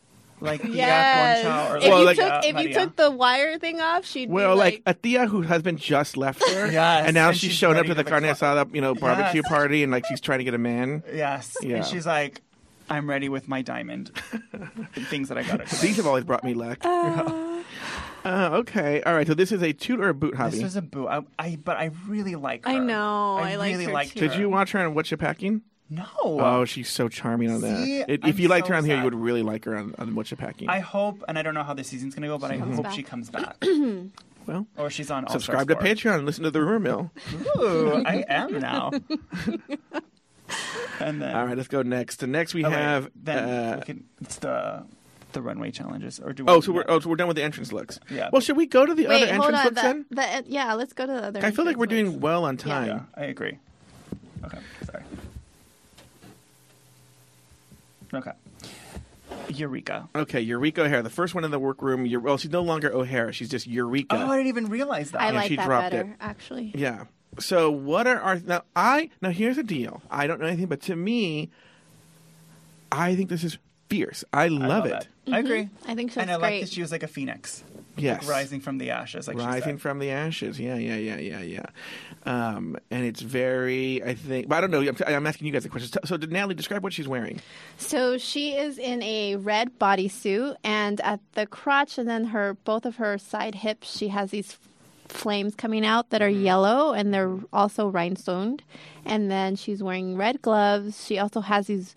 Speaker 3: like Thea
Speaker 4: Yes.
Speaker 3: Guanchao or
Speaker 4: if
Speaker 2: Well,
Speaker 4: you
Speaker 2: like,
Speaker 4: took
Speaker 3: uh,
Speaker 4: if
Speaker 3: Maria.
Speaker 4: you took the wire thing off, she'd
Speaker 2: Well,
Speaker 4: be
Speaker 2: like, a tia who husband just left her,
Speaker 3: Yes,
Speaker 2: and now
Speaker 3: and
Speaker 2: she's
Speaker 3: she's
Speaker 2: showing up to
Speaker 3: ready to
Speaker 2: the carne
Speaker 3: make
Speaker 2: asada, you know, barbecue
Speaker 3: Yes.
Speaker 2: party, and like she's trying to get a man.
Speaker 3: yes,
Speaker 2: Yeah.
Speaker 3: and she's like, "I'm ready with my diamond." Things that I got.
Speaker 2: These have always brought me luck. Uh, okay, all right. So this is a toot or a boot hobby.
Speaker 3: This was a boo. I, I but I really like her.
Speaker 4: I know, I liked
Speaker 3: really
Speaker 4: her
Speaker 3: liked
Speaker 4: too.
Speaker 2: Did you watch her on What You Packing?
Speaker 3: No.
Speaker 2: Oh, she's so charming on that.
Speaker 3: See,
Speaker 2: It- if
Speaker 3: I'm
Speaker 2: you liked
Speaker 3: so
Speaker 2: her on here, you
Speaker 3: sad.
Speaker 2: would really like her on, on What You Packing.
Speaker 3: I hope, and I don't know how the season's gonna go, but I hope
Speaker 4: back.
Speaker 3: she comes back.
Speaker 2: Well,
Speaker 3: or she's on. All
Speaker 2: subscribe to
Speaker 3: Pitch.
Speaker 2: Patreon. and Listen to the rumor mill.
Speaker 3: Ooh, I am now. and then,
Speaker 2: All right, let's go next. And next we
Speaker 3: oh, wait,
Speaker 2: have.
Speaker 3: then
Speaker 2: uh,
Speaker 3: we can, it's the the runway challenges, or do we
Speaker 2: oh, so
Speaker 3: do
Speaker 2: we're
Speaker 3: that?
Speaker 2: oh, so we're done with the entrance looks.
Speaker 3: Yeah.
Speaker 2: Well, should we go to the
Speaker 4: Wait,
Speaker 2: other
Speaker 4: hold
Speaker 2: entrance
Speaker 4: on.
Speaker 2: looks
Speaker 4: The,
Speaker 2: then?
Speaker 4: the, yeah, let's go to the other.
Speaker 2: I feel like we're
Speaker 4: entrance
Speaker 2: doing well on time.
Speaker 3: yeah, I agree. Okay, sorry. Okay. Eureka.
Speaker 2: Okay, Eureka O'Hara, the first one in the workroom. Eu- Well, she's no longer O'Hara; she's just Eureka.
Speaker 3: Oh, I didn't even realize that.
Speaker 4: I
Speaker 2: Yeah,
Speaker 4: like
Speaker 2: she
Speaker 4: that
Speaker 2: dropped
Speaker 4: better,
Speaker 2: it.
Speaker 4: actually.
Speaker 2: Yeah. So what are our now? I now here's the deal. I don't know anything, but to me, I think this is fierce. I love,
Speaker 3: I
Speaker 2: it.
Speaker 3: I agree.
Speaker 4: Mm-hmm. I think she's
Speaker 3: And I like
Speaker 4: great.
Speaker 3: that she was like a phoenix,
Speaker 2: Yes.
Speaker 3: rising from the ashes. Like she
Speaker 2: Rising
Speaker 3: said.
Speaker 2: from the ashes. Yeah, yeah, yeah, yeah, yeah. Um, and it's very, I think, but I don't know. I'm, I'm asking you guys the questions. So, did Natalie describe what she's wearing?
Speaker 4: So she is in a red bodysuit, and at the crotch and then her both of her side hips, she has these flames coming out that are
Speaker 2: Mm-hmm.
Speaker 4: yellow, and they're also rhinestoned. And then she's wearing red gloves. She also has these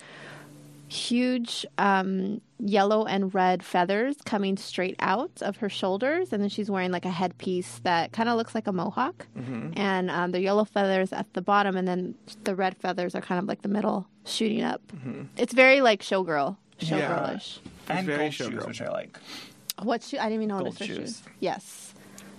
Speaker 4: huge um, yellow and red feathers coming straight out of her shoulders, and then she's wearing like a headpiece that kind of looks like a mohawk.
Speaker 3: Mm-hmm.
Speaker 4: And um, the yellow feathers at the bottom, and then the red feathers are kind of like the middle shooting up.
Speaker 3: Mm-hmm.
Speaker 4: It's very like showgirl, showgirlish.
Speaker 3: and
Speaker 2: very
Speaker 3: gold
Speaker 2: showgirl.
Speaker 3: shoes, which I like.
Speaker 4: What shoe? I didn't even notice
Speaker 3: Gold
Speaker 4: her
Speaker 3: shoes.
Speaker 4: shoes. Yes,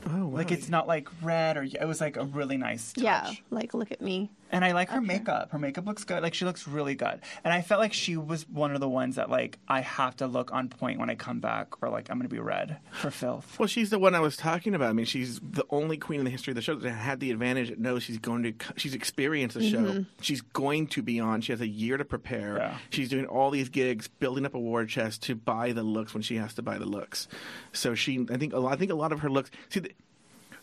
Speaker 2: Oh, wow.
Speaker 3: Like it's not like red or it was like a really nice touch.
Speaker 4: yeah. Like look at me.
Speaker 3: And I like her makeup. Her makeup looks good. Like she looks really good. And I felt like she was one of the ones that like I have to look on point when I come back or like I'm going to be red for filth.
Speaker 2: Well, she's the one I was talking about. I mean, she's the only queen in the history of the show that had the advantage that knows she's going to, she's experienced the show. She's going to be on. She has a year to prepare.
Speaker 3: Yeah.
Speaker 2: She's doing all these gigs, building up a war chest to buy the looks when she has to buy the looks. So she, I think a lot, I think a lot of her looks. See, the,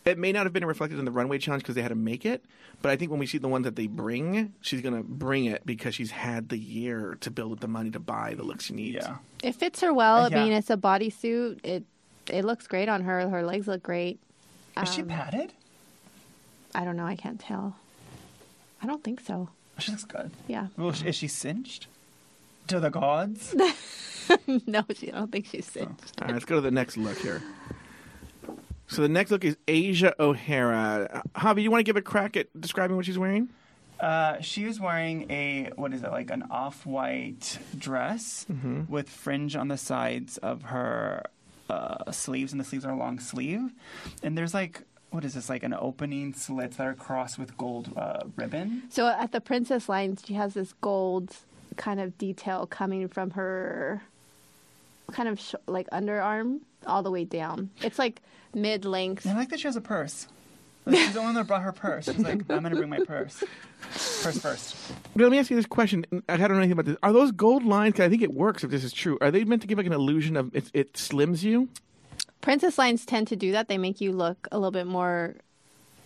Speaker 2: it may not have been reflected in the runway challenge because they had to make it, but I think when we see the ones that they bring, she's going to bring it because she's had the year to build up the money to buy the looks she needs.
Speaker 3: Yeah.
Speaker 4: It fits her well.
Speaker 3: Yeah.
Speaker 4: I mean, it's a bodysuit. It it looks great on her. Her legs look great.
Speaker 3: Is she padded?
Speaker 4: I don't know. I can't tell. I don't think so.
Speaker 3: She looks good.
Speaker 4: Yeah.
Speaker 3: Well, is she cinched? To the gods?
Speaker 4: no, she, I don't think she's sick.
Speaker 2: All right, let's go to the next look here. So the next look is Asia O'Hara. Uh, Javi, you want to give a crack at describing what she's wearing?
Speaker 3: Uh, she was wearing a what is it like an off-white dress with fringe on the sides of her uh, sleeves, and the sleeves are long sleeve. And there's like what is this like an opening slits that are crossed with gold uh, ribbon.
Speaker 4: So at the princess line, she has this gold kind of detail coming from her kind of sh- like underarm all the way down. It's like mid length.
Speaker 3: And I like that she has a purse. Like, she's the one that brought her purse. She's like, I'm gonna bring my purse. Purse first.
Speaker 2: Let me ask you this question. I don't know anything about this. Are those gold lines? 'cause I think it works if this is true. Are they meant to give like an illusion of it, it slims you?
Speaker 4: Princess lines tend to do that. They make you look a little bit more.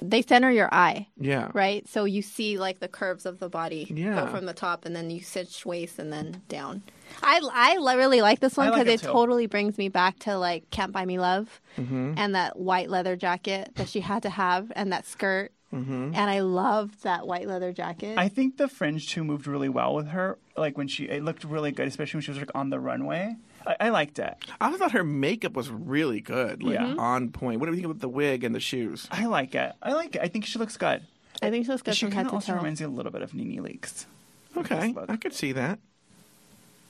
Speaker 4: They center your eye,
Speaker 2: Yeah.
Speaker 4: right? So you see like the curves of the body
Speaker 2: Yeah.
Speaker 4: go from the top, and then you cinch waist and then down. I, I li- really like this one
Speaker 3: I like
Speaker 4: because
Speaker 3: it
Speaker 4: it
Speaker 3: too.
Speaker 4: totally brings me back to like Can't Buy Me Love
Speaker 3: Mm-hmm.
Speaker 4: and that white leather jacket that she had to have and that skirt. Mm-hmm. And I loved that white leather jacket.
Speaker 3: I think the fringe too moved really well with her. Like when she, it looked really good, especially when she was like on the runway. I, I liked it.
Speaker 2: I thought her makeup was really good, like
Speaker 3: Yeah.
Speaker 2: on point. What do you think about the wig and the shoes?
Speaker 3: I like it. I like it. I think she looks good.
Speaker 4: I think she looks good
Speaker 3: she
Speaker 4: from
Speaker 3: kind
Speaker 4: head
Speaker 3: of
Speaker 4: to
Speaker 3: also
Speaker 4: toe.
Speaker 3: reminds me a little bit of Nene Leaks,
Speaker 2: Okay,
Speaker 3: This look.
Speaker 2: I could see that.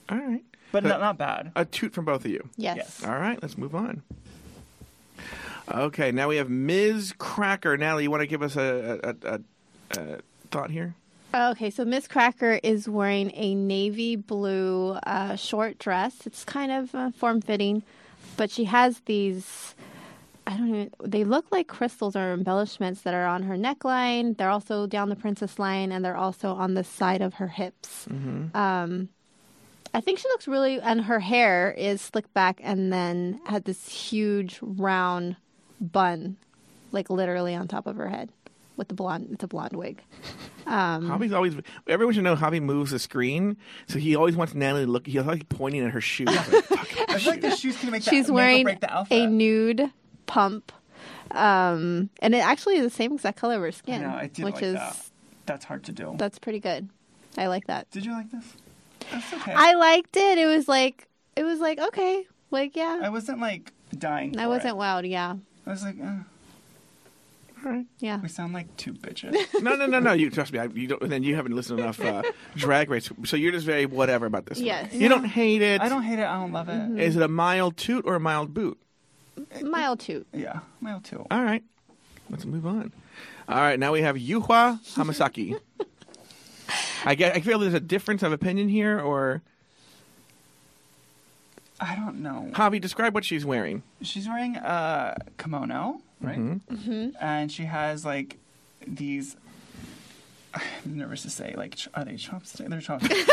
Speaker 2: All right,
Speaker 3: but not, not bad.
Speaker 2: a toot from both of you.
Speaker 4: Yes.
Speaker 3: Yes.
Speaker 2: All right, let's move on. Okay, now we have Ms. Cracker. Natalie, you want to give us a, a, a, a thought here?
Speaker 4: Okay, so Miss Cracker is wearing a navy blue uh, short dress. It's kind of uh, form fitting, but she has these. I don't even. They look like crystals or embellishments that are on her neckline. They're also down the princess line, and they're also on the side of her hips. Um, I think she looks really, and her hair is slicked back and then had this huge round bun, like literally on top of her head with the blonde, it's a blonde wig.
Speaker 3: Um.
Speaker 2: Javi's always. Everyone should know Javi moves the screen, so he always wants Natalie to look. He's like pointing at her shoes. like, "Fuck,
Speaker 3: I feel like the shoes can make
Speaker 4: She's
Speaker 3: that,
Speaker 4: wearing
Speaker 3: make or break the outfit.
Speaker 4: a nude pump. Um, and it actually is the same exact color of her
Speaker 3: I
Speaker 4: skin,
Speaker 3: know, I did
Speaker 4: which
Speaker 3: like
Speaker 4: is,
Speaker 3: that. That's hard to do.
Speaker 4: that's pretty good. I like that.
Speaker 3: Did you like this? That's okay.
Speaker 4: I liked it. It was like, it was like, okay, like,
Speaker 3: I
Speaker 4: yeah.
Speaker 3: wasn't like dying.
Speaker 4: I
Speaker 3: for
Speaker 4: wasn't
Speaker 3: It.
Speaker 4: wowed. Yeah.
Speaker 3: I was like, eh,
Speaker 4: Yeah.
Speaker 3: we sound like two bitches.
Speaker 2: no, no, no, no. You trust me. I, you don't. Then you haven't listened enough uh, Drag Race, so you're just very whatever about this. one.
Speaker 4: Yes.
Speaker 2: you don't hate it.
Speaker 3: I don't hate it. I don't love it.
Speaker 2: Is it a mild toot or a mild boot?
Speaker 4: Mile two.
Speaker 3: Yeah, male too.
Speaker 2: All right, let's move on. All right, now we have Yuhua Hamasaki. I get. I feel there's a difference of opinion here. Or
Speaker 3: I don't know.
Speaker 2: Javi, describe what she's wearing.
Speaker 3: She's wearing a kimono, right?
Speaker 2: Mm-hmm.
Speaker 3: And she has like these. I'm nervous to say. Like, ch- are they chopsticks? They're chopsticks.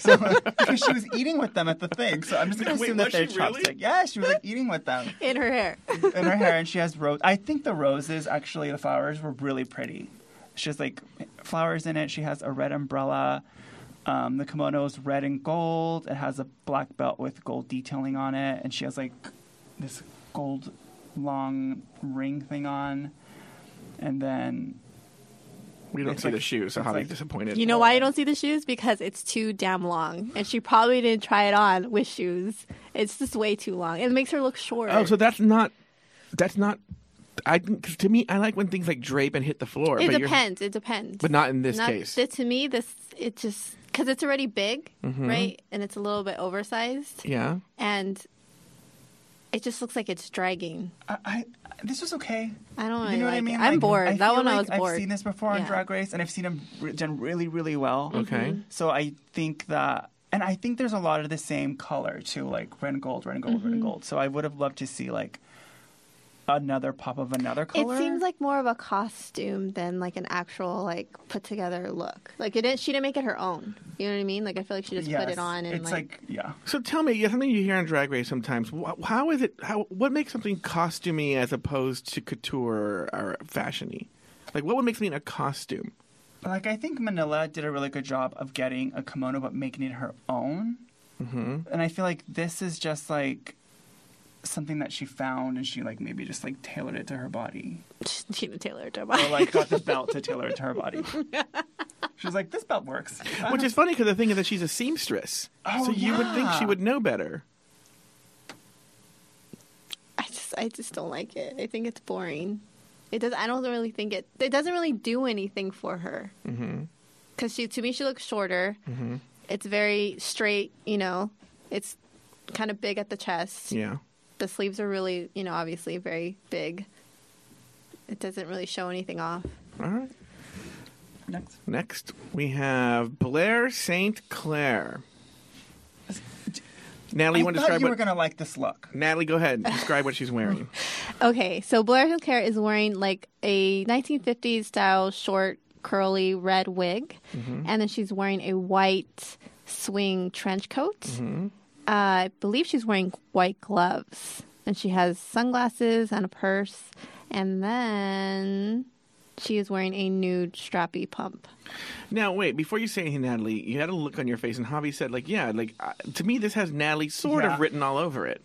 Speaker 3: so, because she was eating with them at the thing, so I'm just gonna
Speaker 2: Wait,
Speaker 3: assume
Speaker 2: was
Speaker 3: that they're
Speaker 2: she really?
Speaker 3: chopsticks. Yeah, she was like eating with them
Speaker 4: In her hair.
Speaker 3: in her hair, and she has rose. I think the roses, actually, the flowers were really pretty. She has like flowers in it. She has a red umbrella. Um, the kimono is red and gold. It has a black belt with gold detailing on it, and she has like this gold long ring thing on. And then
Speaker 2: We don't
Speaker 3: It's
Speaker 2: see
Speaker 3: like-
Speaker 2: the shoes, so
Speaker 3: it's
Speaker 2: Javi's
Speaker 3: like-
Speaker 2: disappointed.
Speaker 4: You know why you don't see the shoes? Because it's too damn long, and she probably didn't try it on with shoes. It's just way too long. It makes her look short.
Speaker 2: Oh, so that's not. That's not. I because to me, I like when things like drape and hit the floor.
Speaker 4: it
Speaker 2: but you're-
Speaker 4: depends. It depends.
Speaker 2: But not in this
Speaker 4: Not-
Speaker 2: case.
Speaker 4: th- to me, this it just because it's already big,
Speaker 2: Mm-hmm.
Speaker 4: right? And it's a little bit oversized,
Speaker 2: yeah.
Speaker 4: and it just looks like it's dragging.
Speaker 3: I, I this was okay.
Speaker 4: I don't really
Speaker 3: You know what I
Speaker 4: like
Speaker 3: mean?
Speaker 4: it. I'm
Speaker 3: Like,
Speaker 4: bored.
Speaker 3: I
Speaker 4: that
Speaker 3: feel
Speaker 4: one I
Speaker 3: like
Speaker 4: was bored.
Speaker 3: I've seen this before on
Speaker 4: Yeah. Mm-hmm.
Speaker 3: Drag Race, and I've seen them re- done really, really well.
Speaker 2: Okay.
Speaker 3: So I think that, and I think there's a lot of the same color too, like red and gold, red and gold,
Speaker 4: Mm-hmm.
Speaker 3: red and gold. So I would have loved to see like another pop of another color.
Speaker 4: It seems like more of a costume than like an actual like put together look. Like it didn't. She didn't make it her own. You know what I mean? Like I feel like she just
Speaker 3: Yes.
Speaker 4: put it on and
Speaker 3: it's like, yeah.
Speaker 2: So tell me, yeah, something you hear on Drag Race sometimes. wh- How is it? How what makes something costumey as opposed to couture or fashiony? Like what would make something a costume?
Speaker 3: Like I think Manila did a really good job of getting a kimono but making it her own. Mm-hmm. And I feel like this is just like something that she found and she like maybe just like tailored it to her body.
Speaker 4: Tina Taylor.
Speaker 3: or like got the belt to tailor it to her body. She was like, "This belt works."
Speaker 2: Which is funny because the thing is that she's a seamstress,
Speaker 3: Oh,
Speaker 2: so you would think she
Speaker 3: yeah.
Speaker 2: would know better.
Speaker 4: I just I just don't like it. I think it's boring. It does. I don't really think it. It doesn't really do anything for her. Because she to me she looks shorter. It's very straight. You know, it's kind of big at the chest.
Speaker 2: Yeah.
Speaker 4: The sleeves are really you know obviously very big. It doesn't really show anything off.
Speaker 2: All right.
Speaker 3: Next,
Speaker 2: Next we have Blair Saint Claire. Natalie,
Speaker 3: I
Speaker 2: you want to
Speaker 3: thought
Speaker 2: describe
Speaker 3: you
Speaker 2: what?
Speaker 3: were gonna like this look.
Speaker 2: Natalie, go ahead. and Describe what she's wearing.
Speaker 4: Okay, so Blair Hill Care is wearing like a 1950s style short curly red wig, and then she's wearing a white swing trench coat. Uh, I believe she's wearing white gloves, and she has sunglasses and a purse, and then she is wearing a nude strappy pump.
Speaker 2: Now, wait, before you say anything, Natalie, you had a look on your face, and Javi said, like, yeah, like, uh, to me, this has Natalie sort
Speaker 3: Yeah.
Speaker 2: of written all over it.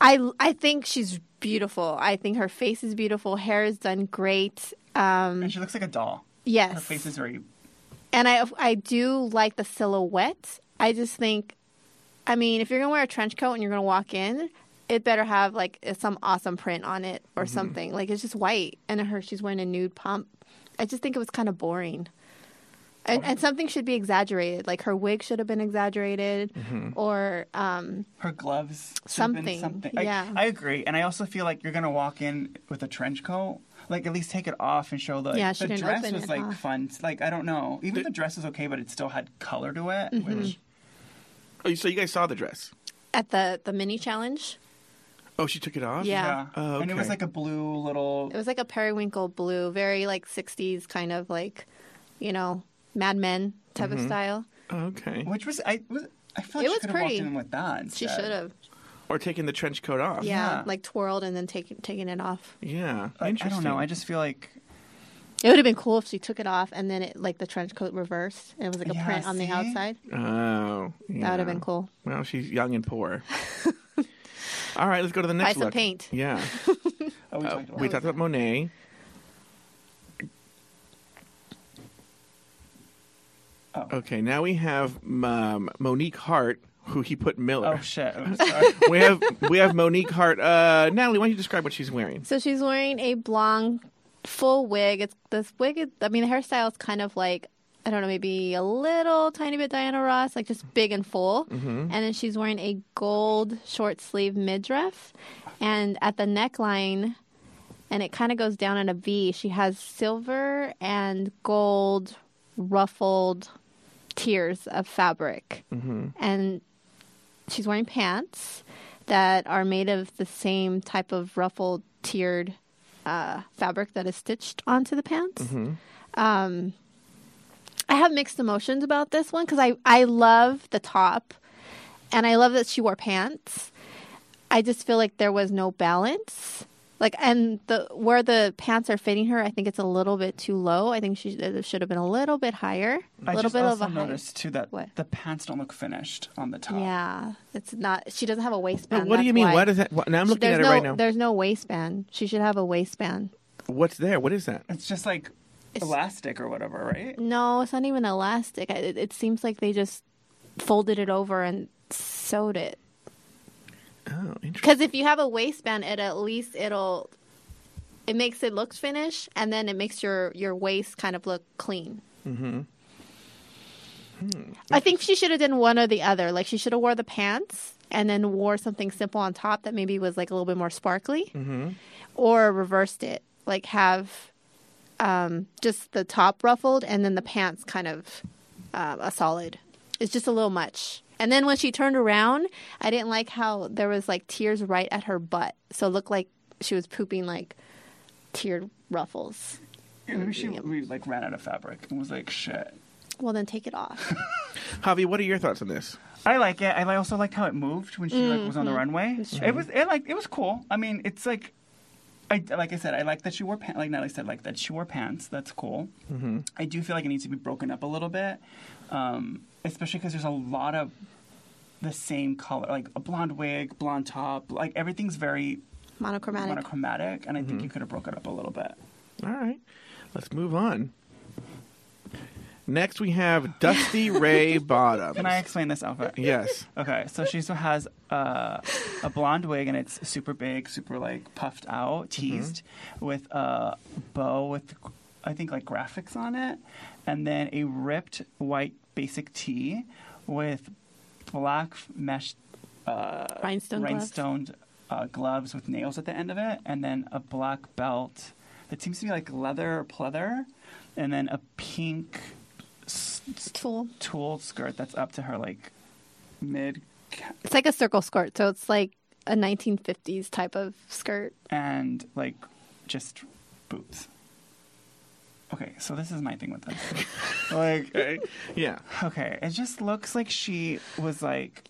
Speaker 4: I I think she's beautiful. I think her face is beautiful. Hair is done great. Um,
Speaker 3: And she looks like a doll.
Speaker 4: yes,
Speaker 3: Her face is very.
Speaker 4: and I I do like the silhouette. I just think, I mean, if you're gonna wear a trench coat and you're gonna walk in, it better have like uh, some awesome print on it or something. Like it's just white, and her she's wearing a nude pump. I just think it was kind of boring. And, and something should be exaggerated, like her wig should have been exaggerated, or um,
Speaker 3: Her gloves. should have been
Speaker 4: Something,
Speaker 3: something. I,
Speaker 4: yeah.
Speaker 3: I agree, and I also feel like you're gonna walk in with a trench coat. Like at least take it off and show the.
Speaker 4: Yeah, she
Speaker 3: the
Speaker 4: didn't
Speaker 3: dress
Speaker 4: open
Speaker 3: was
Speaker 4: it,
Speaker 3: like
Speaker 4: huh?
Speaker 3: fun. Like I don't know. Even the dress was okay, but it still had color to it,
Speaker 4: Mm-hmm.
Speaker 3: which
Speaker 2: Oh, so you guys saw the dress.
Speaker 4: at the the mini challenge.
Speaker 2: Oh, she took it off?
Speaker 4: Yeah.
Speaker 3: yeah.
Speaker 2: Oh,
Speaker 3: And it was
Speaker 2: okay.
Speaker 3: like a blue little.
Speaker 4: It was like a periwinkle blue, very like '60s kind of like, you know, Mad Men type of style.
Speaker 2: Okay.
Speaker 3: which was I was I felt
Speaker 4: It
Speaker 3: like
Speaker 4: was
Speaker 3: she could have walked
Speaker 4: pretty.
Speaker 3: in with that.
Speaker 4: She
Speaker 3: instead.
Speaker 4: should have.
Speaker 2: Or taking the trench coat off.
Speaker 4: Yeah,
Speaker 3: Yeah.
Speaker 4: like twirled and then taking taking it off.
Speaker 2: Yeah.
Speaker 3: Like, I
Speaker 2: Interesting.
Speaker 3: don't know. I just feel like
Speaker 4: It would have been cool if she took it off and then it like the trench coat reversed and it was like a
Speaker 3: Yeah,
Speaker 4: print on the
Speaker 3: see?
Speaker 4: outside.
Speaker 2: Oh.
Speaker 4: That would have
Speaker 2: yeah.
Speaker 4: been cool.
Speaker 2: Well, she's young and poor. All right, let's go to the next
Speaker 4: Buy some
Speaker 5: look.
Speaker 4: paint.
Speaker 2: Yeah.
Speaker 3: oh, we talked about
Speaker 2: we talked about Monet.
Speaker 3: Oh.
Speaker 2: Okay, now we have um, Monique Hart, who he put Miller.
Speaker 3: Oh shit! I'm sorry.
Speaker 2: we have we have Monique Hart. Uh, Natalie, why don't you describe what she's wearing?
Speaker 4: So she's wearing a blonde full wig. It's this wig. Is, I mean, the hairstyle is kind of like I don't know, maybe a little tiny bit Diana Ross, like just big and full. And then she's wearing a gold short sleeve midriff, and at the neckline, and it kind of goes down in a V. She has silver and gold ruffled tiers of fabric, and she's wearing pants that are made of the same type of ruffled tiered uh, fabric that is stitched onto the pants. Um, I have mixed emotions about this one because I, I love the top and I love that she wore pants. I just feel like there was no balance. Like and the where the pants are fitting her, I think it's a little bit too low. I think she it should have been a little bit higher, a
Speaker 3: I
Speaker 4: little
Speaker 3: just
Speaker 4: bit
Speaker 3: also
Speaker 4: of a high.
Speaker 3: noticed too that
Speaker 4: What?
Speaker 3: the pants don't look finished on the top.
Speaker 4: Yeah, it's not. She doesn't have a waistband.
Speaker 2: what do
Speaker 4: that's
Speaker 2: you mean?
Speaker 4: Why.
Speaker 2: Why does that? Why, now I'm looking
Speaker 4: there's
Speaker 2: at it
Speaker 4: no,
Speaker 2: right now.
Speaker 4: There's no waistband. She should have a waistband.
Speaker 2: What's there? What is that?
Speaker 3: it's just like elastic or whatever, right?
Speaker 4: No, it's not even elastic. I- It, it seems like they just folded it over and sewed it.
Speaker 2: Oh, interesting.
Speaker 4: Because if you have a waistband, it at least it'll it makes it look finished, and then it makes your your waist kind of look clean.
Speaker 2: Hmm.
Speaker 4: Mm-hmm. I think she should have done one or the other. Like she should have wore the pants and then wore something simple on top that maybe was like a little bit more sparkly,
Speaker 2: Mm-hmm.
Speaker 4: or reversed it. Like have um, just the top ruffled and then the pants kind of uh, a solid. It's just a little much. And then when she turned around, I didn't like how there was like tears right at her butt, so it looked like she was pooping like tiered ruffles.
Speaker 3: Yeah,
Speaker 4: Mm-hmm.
Speaker 3: Maybe she we like ran out of fabric and was like, shit.
Speaker 4: Well, then take it off.
Speaker 2: Javi, what are your thoughts on this?
Speaker 3: I like it. I li- also liked how it moved when she like was on the runway. It was it like it was cool. I mean, it's like. I, like I said, I like that she wore pants. Like Natalie said, like that she wore pants. That's cool. Mm-hmm. I do feel like it needs to be broken up a little bit, um, especially because there's a lot of the same color, like a blonde wig, blonde top. Like everything's very
Speaker 4: Monochromatic.
Speaker 3: monochromatic, and I think you could have broke it up a little bit.
Speaker 2: All right, let's move on. Next, we have Dusty Ray Bottoms.
Speaker 3: Can I explain this outfit?
Speaker 2: Yes.
Speaker 3: Okay, so she still has uh, a blonde wig and it's super big, super like puffed out, teased with a bow with I think like graphics on it, and then a ripped white basic tee with black mesh uh,
Speaker 4: Rhinestone. gloves.
Speaker 3: rhinestoned uh, gloves with nails at the end of it, and then a black belt that seems to be like leather or pleather, and then a pink s- s-
Speaker 4: Tool.
Speaker 3: tulle skirt that's up to her like mid. ca-
Speaker 4: It's like a circle skirt, so it's like a 1950s type of skirt.
Speaker 3: and like just boots. Okay, so this is my thing with this. like,
Speaker 2: Okay. Yeah.
Speaker 3: okay, it just looks like she was like,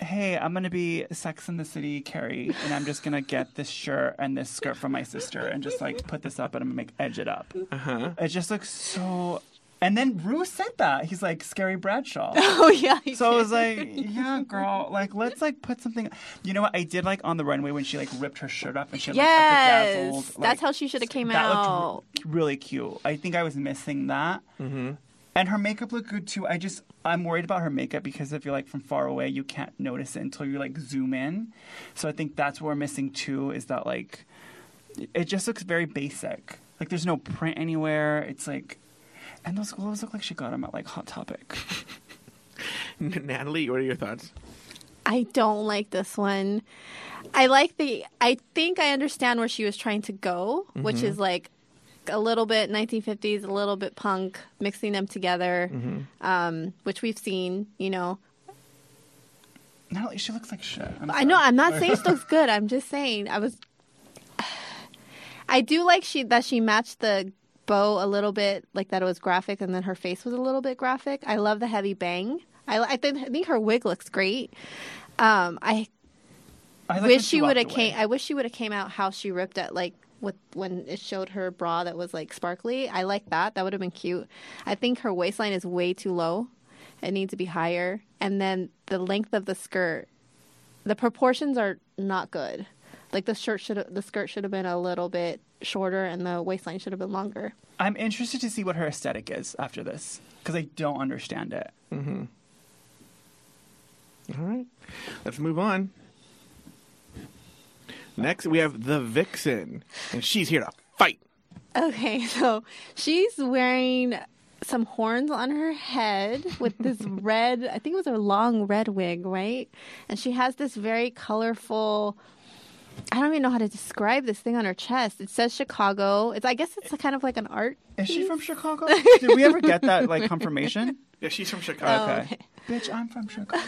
Speaker 3: "Hey, I'm gonna be Sex in the City Carrie, and I'm just gonna get this shirt and this skirt from my sister, and just like put this up, and I'm gonna make edge it up." Uh-huh. It just looks so. And then Rue said that he's like Scary Bradshaw.
Speaker 4: Oh yeah. you
Speaker 3: So I
Speaker 4: did.
Speaker 3: was like, yeah, girl, like let's like put something. You know what I did like on the runway when she like ripped her shirt up and she had, like a
Speaker 4: yes,
Speaker 3: bedazzled.
Speaker 4: that's
Speaker 3: like,
Speaker 4: how she should have came
Speaker 3: that
Speaker 4: out.
Speaker 3: looked r- really cute. I think I was missing that. Mm-hmm. And her makeup looked good too. I just I'm worried about her makeup because if you're like from far away, you can't notice it until you like zoom in. So I think that's what we're missing too. Is that like it just looks very basic. Like there's no print anywhere. It's like, and those gloves look like she got them at like Hot Topic.
Speaker 2: Natalie, what are your thoughts?
Speaker 4: I don't like this one. I like the. I think I understand where she was trying to go, which is like a little bit 1950s, a little bit punk, mixing them together, um, which we've seen. You know,
Speaker 3: Natalie, she looks like shit. I'm
Speaker 4: I know.
Speaker 3: sorry.
Speaker 4: I'm not saying she looks good. I'm just saying I was. I do like she that she matched the bow a little bit, like that it was graphic, and then her face was a little bit graphic. I love the heavy bang. I, I, think, I think her wig looks great. Um, I
Speaker 3: I
Speaker 4: wish she would have
Speaker 3: have
Speaker 4: came. I wish she would have came out how she ripped it, like with when it showed her bra that was like sparkly. I like that. That would have been cute. I think her waistline is way too low. It needs to be higher. And then the length of the skirt, the proportions are not good. Like the shirt should, the skirt should have been a little bit shorter, and the waistline should have been longer.
Speaker 3: I'm interested to see what her aesthetic is after this because I don't understand it.
Speaker 2: All right. Let's move on. Next, we have the Vixen, and she's here to fight.
Speaker 4: Okay, so she's wearing some horns on her head with this red, I think it was a long red wig, right? And she has this very colorful I don't even know how to describe this thing on her chest. It says Chicago. It's I guess it's kind of like an art.
Speaker 3: Is she from Chicago? Did we ever get that like confirmation?
Speaker 2: Yeah, she's from
Speaker 4: Oh,
Speaker 2: Chicago.
Speaker 3: Okay. Bitch, I'm from Chicago.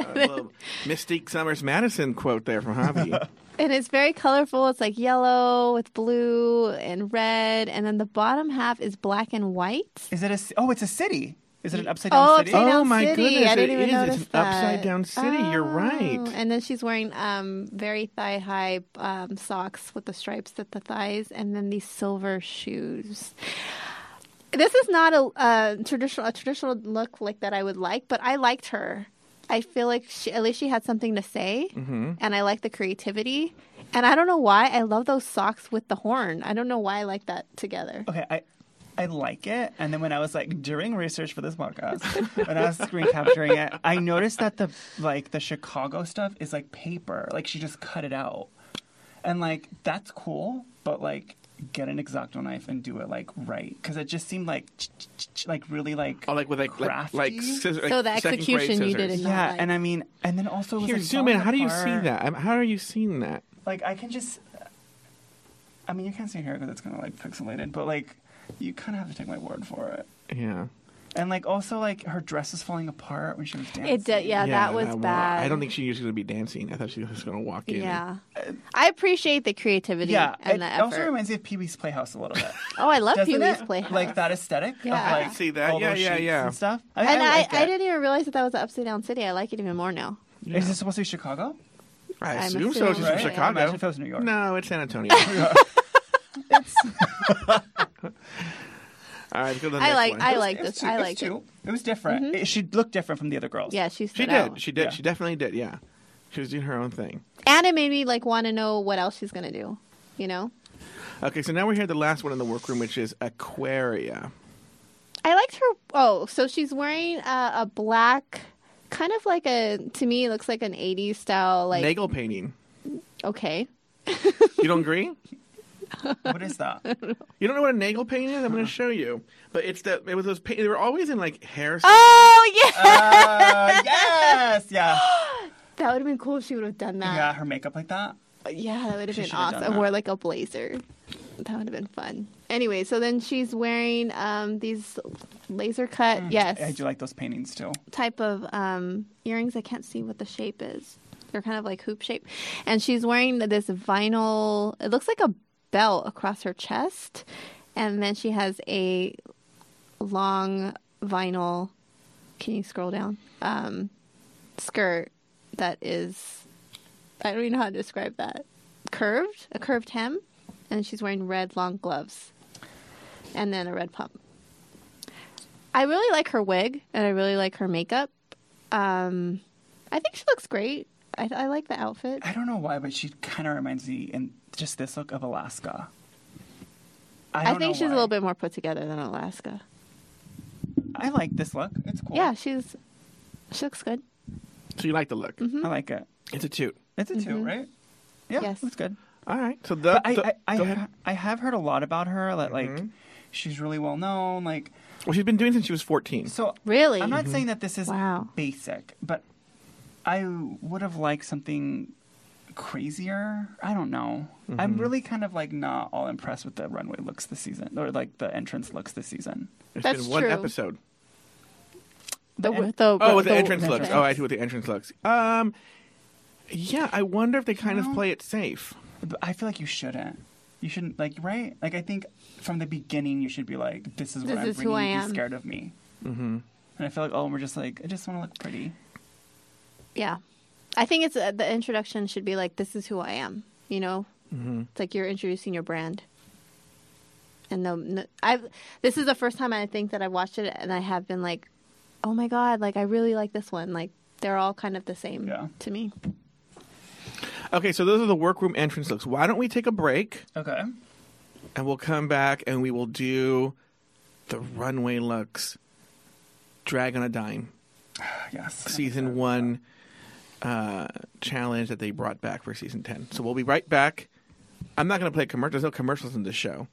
Speaker 2: I love Mystique Summers Madison quote there from Javi.
Speaker 4: And it's very colorful. It's like yellow with blue and red, and then the bottom half is black and white.
Speaker 3: Is it a? ci- Oh, it's a city. Is it an upside down
Speaker 4: Oh,
Speaker 3: city?
Speaker 4: upside
Speaker 2: Oh
Speaker 4: down
Speaker 2: my
Speaker 4: city.
Speaker 2: goodness,
Speaker 4: I
Speaker 2: it
Speaker 4: didn't even
Speaker 2: is.
Speaker 4: notice
Speaker 2: It's an
Speaker 4: that.
Speaker 2: upside down city. You're right.
Speaker 4: Oh, And then she's wearing um, very thigh high um, socks with the stripes at the thighs, and then these silver shoes. This is not a uh, traditional a traditional look like that I would like, but I liked her. I feel like she, at least she had something to say,
Speaker 2: Mm-hmm.
Speaker 4: and I like the creativity. And I don't know why I love those socks with the horn. I don't know why I like that together.
Speaker 2: Oh,
Speaker 3: okay, I I like it. And then when I was like doing research for this podcast, when I was screen capturing it, I noticed that the like the Chicago stuff is like paper. Like she just cut it out, and like that's cool. But like get an exacto knife and do it like right because it just seemed like ch- ch- ch- ch- like really like
Speaker 2: Oh, like with like like,
Speaker 3: Crafty?
Speaker 2: like, scissors, like
Speaker 4: So the
Speaker 2: second grade
Speaker 4: execution you
Speaker 2: scissors.
Speaker 4: did in-
Speaker 3: yeah.
Speaker 4: like-
Speaker 3: And I mean, and then also it was,
Speaker 2: Here,
Speaker 3: like,
Speaker 2: zoom in.
Speaker 3: falling
Speaker 2: How do you see
Speaker 3: apart.
Speaker 2: that? I'm- How are you seeing that?
Speaker 3: like I can just. I mean, you can't see it here because it's kind of like pixelated, but like you kind of have to take my word for it.
Speaker 2: Yeah.
Speaker 3: And like also like her dress is falling apart when she was dancing.
Speaker 4: It did, yeah, that was
Speaker 2: well,
Speaker 4: bad.
Speaker 2: I don't think she was going to be dancing. I thought she was just going to walk in.
Speaker 4: Yeah, I appreciate the creativity
Speaker 3: Uh, Yeah,
Speaker 4: and
Speaker 3: it
Speaker 4: the effort.
Speaker 3: also reminds me of Pee Wee's Playhouse a little bit.
Speaker 4: Oh, I love
Speaker 3: Doesn't
Speaker 4: Pee Wee's
Speaker 3: it?
Speaker 4: Playhouse.
Speaker 3: Like that aesthetic. of,
Speaker 4: Yeah.
Speaker 3: like,
Speaker 4: I
Speaker 2: see that.
Speaker 3: all
Speaker 2: Yeah,
Speaker 3: those
Speaker 2: yeah,
Speaker 3: sheets
Speaker 2: yeah.
Speaker 3: And stuff.
Speaker 4: And I,
Speaker 3: like
Speaker 4: I,
Speaker 3: it.
Speaker 4: didn't even realize that that was Upside Down City. I like it even more now.
Speaker 3: Is this supposed to be Chicago?
Speaker 2: I
Speaker 4: I'm
Speaker 2: assume so. She's
Speaker 4: assuming,
Speaker 2: from
Speaker 4: right?
Speaker 2: Chicago.
Speaker 3: Imagine if it was New York.
Speaker 2: No, it's San Antonio. All right, let's go to the
Speaker 4: I
Speaker 2: next
Speaker 4: like-
Speaker 2: one.
Speaker 4: I
Speaker 3: It was-
Speaker 4: like
Speaker 3: it was
Speaker 4: this.
Speaker 3: two-
Speaker 4: I
Speaker 3: it was
Speaker 4: liked it. Mm-hmm.
Speaker 3: two. It was different. It, she looked different from the other girls.
Speaker 4: Yeah, she
Speaker 2: She
Speaker 4: stood out.
Speaker 2: did. She did.
Speaker 3: Yeah.
Speaker 2: She definitely did. Yeah, she was doing her own thing.
Speaker 4: And it made me like want to know what else she's gonna do. You know,
Speaker 2: Okay, so now we're here at the last one in the workroom, which is Aquaria.
Speaker 4: I liked her. Oh, so she's wearing uh, a black, kind of like a to me it looks like an '80s style like
Speaker 2: Nagel painting.
Speaker 4: okay.
Speaker 2: You don't agree?
Speaker 3: What is that?
Speaker 2: You don't know what a nagel painting is? I'm going to show you. But it's the it was those paint. They were always in like hair.
Speaker 4: Oh yeah,
Speaker 3: uh, yes. Yeah.
Speaker 4: that would have been cool if she would have done
Speaker 3: Yeah.
Speaker 4: that.
Speaker 3: Her makeup like that.
Speaker 4: Yeah, that would have
Speaker 3: She
Speaker 4: been
Speaker 3: should have done
Speaker 4: awesome.
Speaker 3: that.
Speaker 4: Or like a blazer. That would have been fun. Anyway, so then she's wearing um, these laser cut.
Speaker 3: Mm.
Speaker 4: yes,
Speaker 3: I do like those paintings too.
Speaker 4: type of um, earrings. I can't see what the shape is. They're kind of like hoop shape. And she's wearing this vinyl, it looks like a belt across her chest. And then she has a long vinyl, can you scroll down? Um, skirt that is, I don't even know how to describe that. Curved, a curved hem. And she's wearing red long gloves and then a red pump. I really like her wig and I really like her makeup. Um, I think she looks great. I, I like the outfit.
Speaker 3: I don't know why, but she kind of reminds me in just this look of Alaska.
Speaker 4: I,
Speaker 3: don't know
Speaker 4: think she's
Speaker 3: why.
Speaker 4: a little bit more put together than Alaska.
Speaker 3: I like this look. It's cool.
Speaker 4: Yeah, she's she looks good.
Speaker 2: So you like the look?
Speaker 4: Mm-hmm.
Speaker 3: I like it.
Speaker 2: It's a toot.
Speaker 3: It's a 2 right? Yeah,
Speaker 4: hmm. Yes.
Speaker 3: it's good.
Speaker 2: All right. So the,
Speaker 3: But I,
Speaker 2: the-
Speaker 3: I, I,
Speaker 2: go ahead. Mm-hmm.
Speaker 3: I have heard a lot about her. That like she's really well known. Like
Speaker 2: Well, she's been doing since she was 14.
Speaker 3: so.
Speaker 4: Really?
Speaker 3: I'm not
Speaker 2: Mm-hmm.
Speaker 3: saying that this is
Speaker 4: Wow.
Speaker 3: basic, but I would have liked something crazier. I don't know.
Speaker 2: Mm-hmm.
Speaker 3: I'm really kind of like not all impressed with the runway looks this season, or like the entrance looks this season.
Speaker 2: It's
Speaker 4: That's
Speaker 2: been one
Speaker 4: true.
Speaker 2: episode.
Speaker 4: The,
Speaker 3: en-
Speaker 4: the-
Speaker 2: Oh, with the, entrance
Speaker 4: the-
Speaker 2: looks. Oh, I see what the entrance looks. Um, yeah, I wonder if they kind of
Speaker 3: No.
Speaker 2: play it safe.
Speaker 3: But I feel like you shouldn't. you shouldn't like right. Like I think from the beginning you should be like, this is what
Speaker 6: This
Speaker 3: I'm
Speaker 6: is who I
Speaker 3: bringing. Be
Speaker 6: am.
Speaker 3: scared of me. Mm-hmm. And I feel like oh, we're just like I just want to look pretty.
Speaker 6: Yeah. I think it's uh, the introduction should be like, this is who I am, you know? It's like you're introducing your brand. And the, n- I this is the first time I think that I've watched it and I have been like, oh my God, like I really like this one. Like they're all kind of the same
Speaker 3: Yeah.
Speaker 6: to me.
Speaker 2: Okay, so those are the workroom entrance looks. Why don't we take a break
Speaker 3: Okay.
Speaker 2: and we'll come back and we will do the runway looks. Drag on a dime.
Speaker 3: Yes.
Speaker 2: season one uh, challenge that they brought back for season 10. So we'll be right back. I'm not going to play commercials. There's no commercials in this show.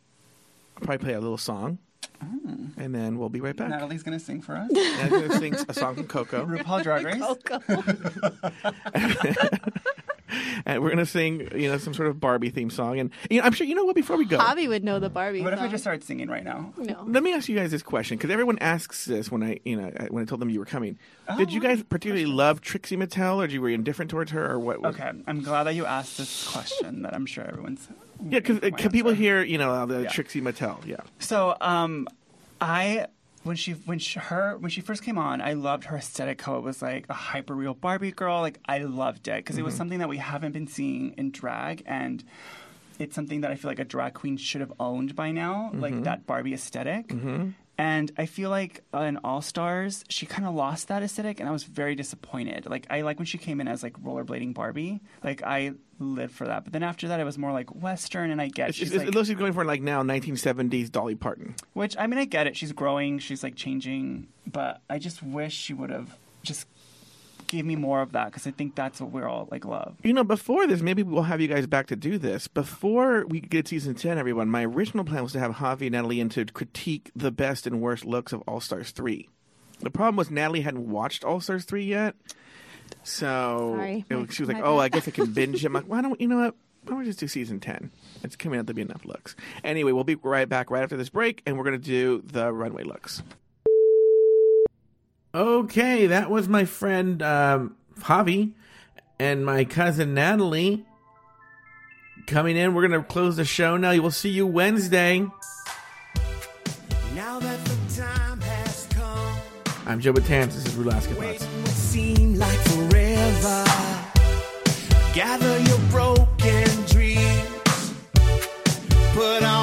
Speaker 2: I'll probably play a little song.
Speaker 3: Oh.
Speaker 2: And then we'll be right back.
Speaker 3: Natalie's gonna sing for us.
Speaker 2: And I'm going to sing a song from Coco.
Speaker 3: RuPaul Drag Race.
Speaker 2: And we're going to sing, you know, some sort of Barbie theme song. And you know, I'm sure, you know what, before we go,
Speaker 6: Bobby would know the Barbie.
Speaker 3: What if I
Speaker 6: song.
Speaker 3: just started singing right now?
Speaker 6: no?
Speaker 2: let me ask you guys this question because everyone asks this when I, you know, I- when I told them you were coming. did
Speaker 3: Oh,
Speaker 2: you guys particularly love Trixie Mattel or did you were you indifferent towards her or what? Was,
Speaker 3: Okay, I'm glad that you asked this question that I'm sure everyone's.
Speaker 2: Yeah, because
Speaker 3: waiting for my
Speaker 2: people
Speaker 3: answer.
Speaker 2: hear, you know, uh, the
Speaker 3: Yeah.
Speaker 2: Trixie Mattel. Yeah.
Speaker 3: So, um, I when she when she, her when she first came on, I loved her aesthetic. How it was like a hyper real Barbie girl. Like I loved it because it
Speaker 2: Mm-hmm.
Speaker 3: was something that we haven't been seeing in drag, and it's something that I feel like a drag queen should have owned by now.
Speaker 2: Mm-hmm.
Speaker 3: Like that Barbie esthetic And I feel like uh, in All Stars, she kind of lost that aesthetic, and I was very disappointed. Like I like when she came in as like rollerblading Barbie. Like I lived for that. But then after that, it was more like Western, and I get
Speaker 2: It's,
Speaker 3: she's
Speaker 2: it's,
Speaker 3: like,
Speaker 2: it looks like going for like now 1970s Dolly Parton.
Speaker 3: which I mean, I get it. She's growing. She's like changing. But I just wish she would have just gave me more of that because I think that's what we're all like love.
Speaker 2: You know, before this, maybe we'll have you guys back to do this. Before we get season 10, everyone, my original plan was to have Javi and Natalie in to critique the best and worst looks of All Stars 3. The problem was Natalie hadn't watched All Stars 3 yet. So
Speaker 6: Sorry,
Speaker 2: it
Speaker 6: my-
Speaker 2: was- she was like,
Speaker 6: my
Speaker 2: oh,
Speaker 6: bad."
Speaker 2: I guess I can binge it. I'm like, why don't you know what? Why don't we just do season 10? It's coming out to be enough looks. Anyway, we'll be right back right after this break, and we're going to do the runway looks.
Speaker 7: Okay, that was my friend um, Javi and my cousin Natalie coming in. We're going to close the show now. We'll see you Wednesday.
Speaker 1: Now that the time has come,
Speaker 7: I'm Joe Batans. This is Rulaska Thoughts.
Speaker 1: waiting would seem like forever. Gather your broken dreams, put on Oh,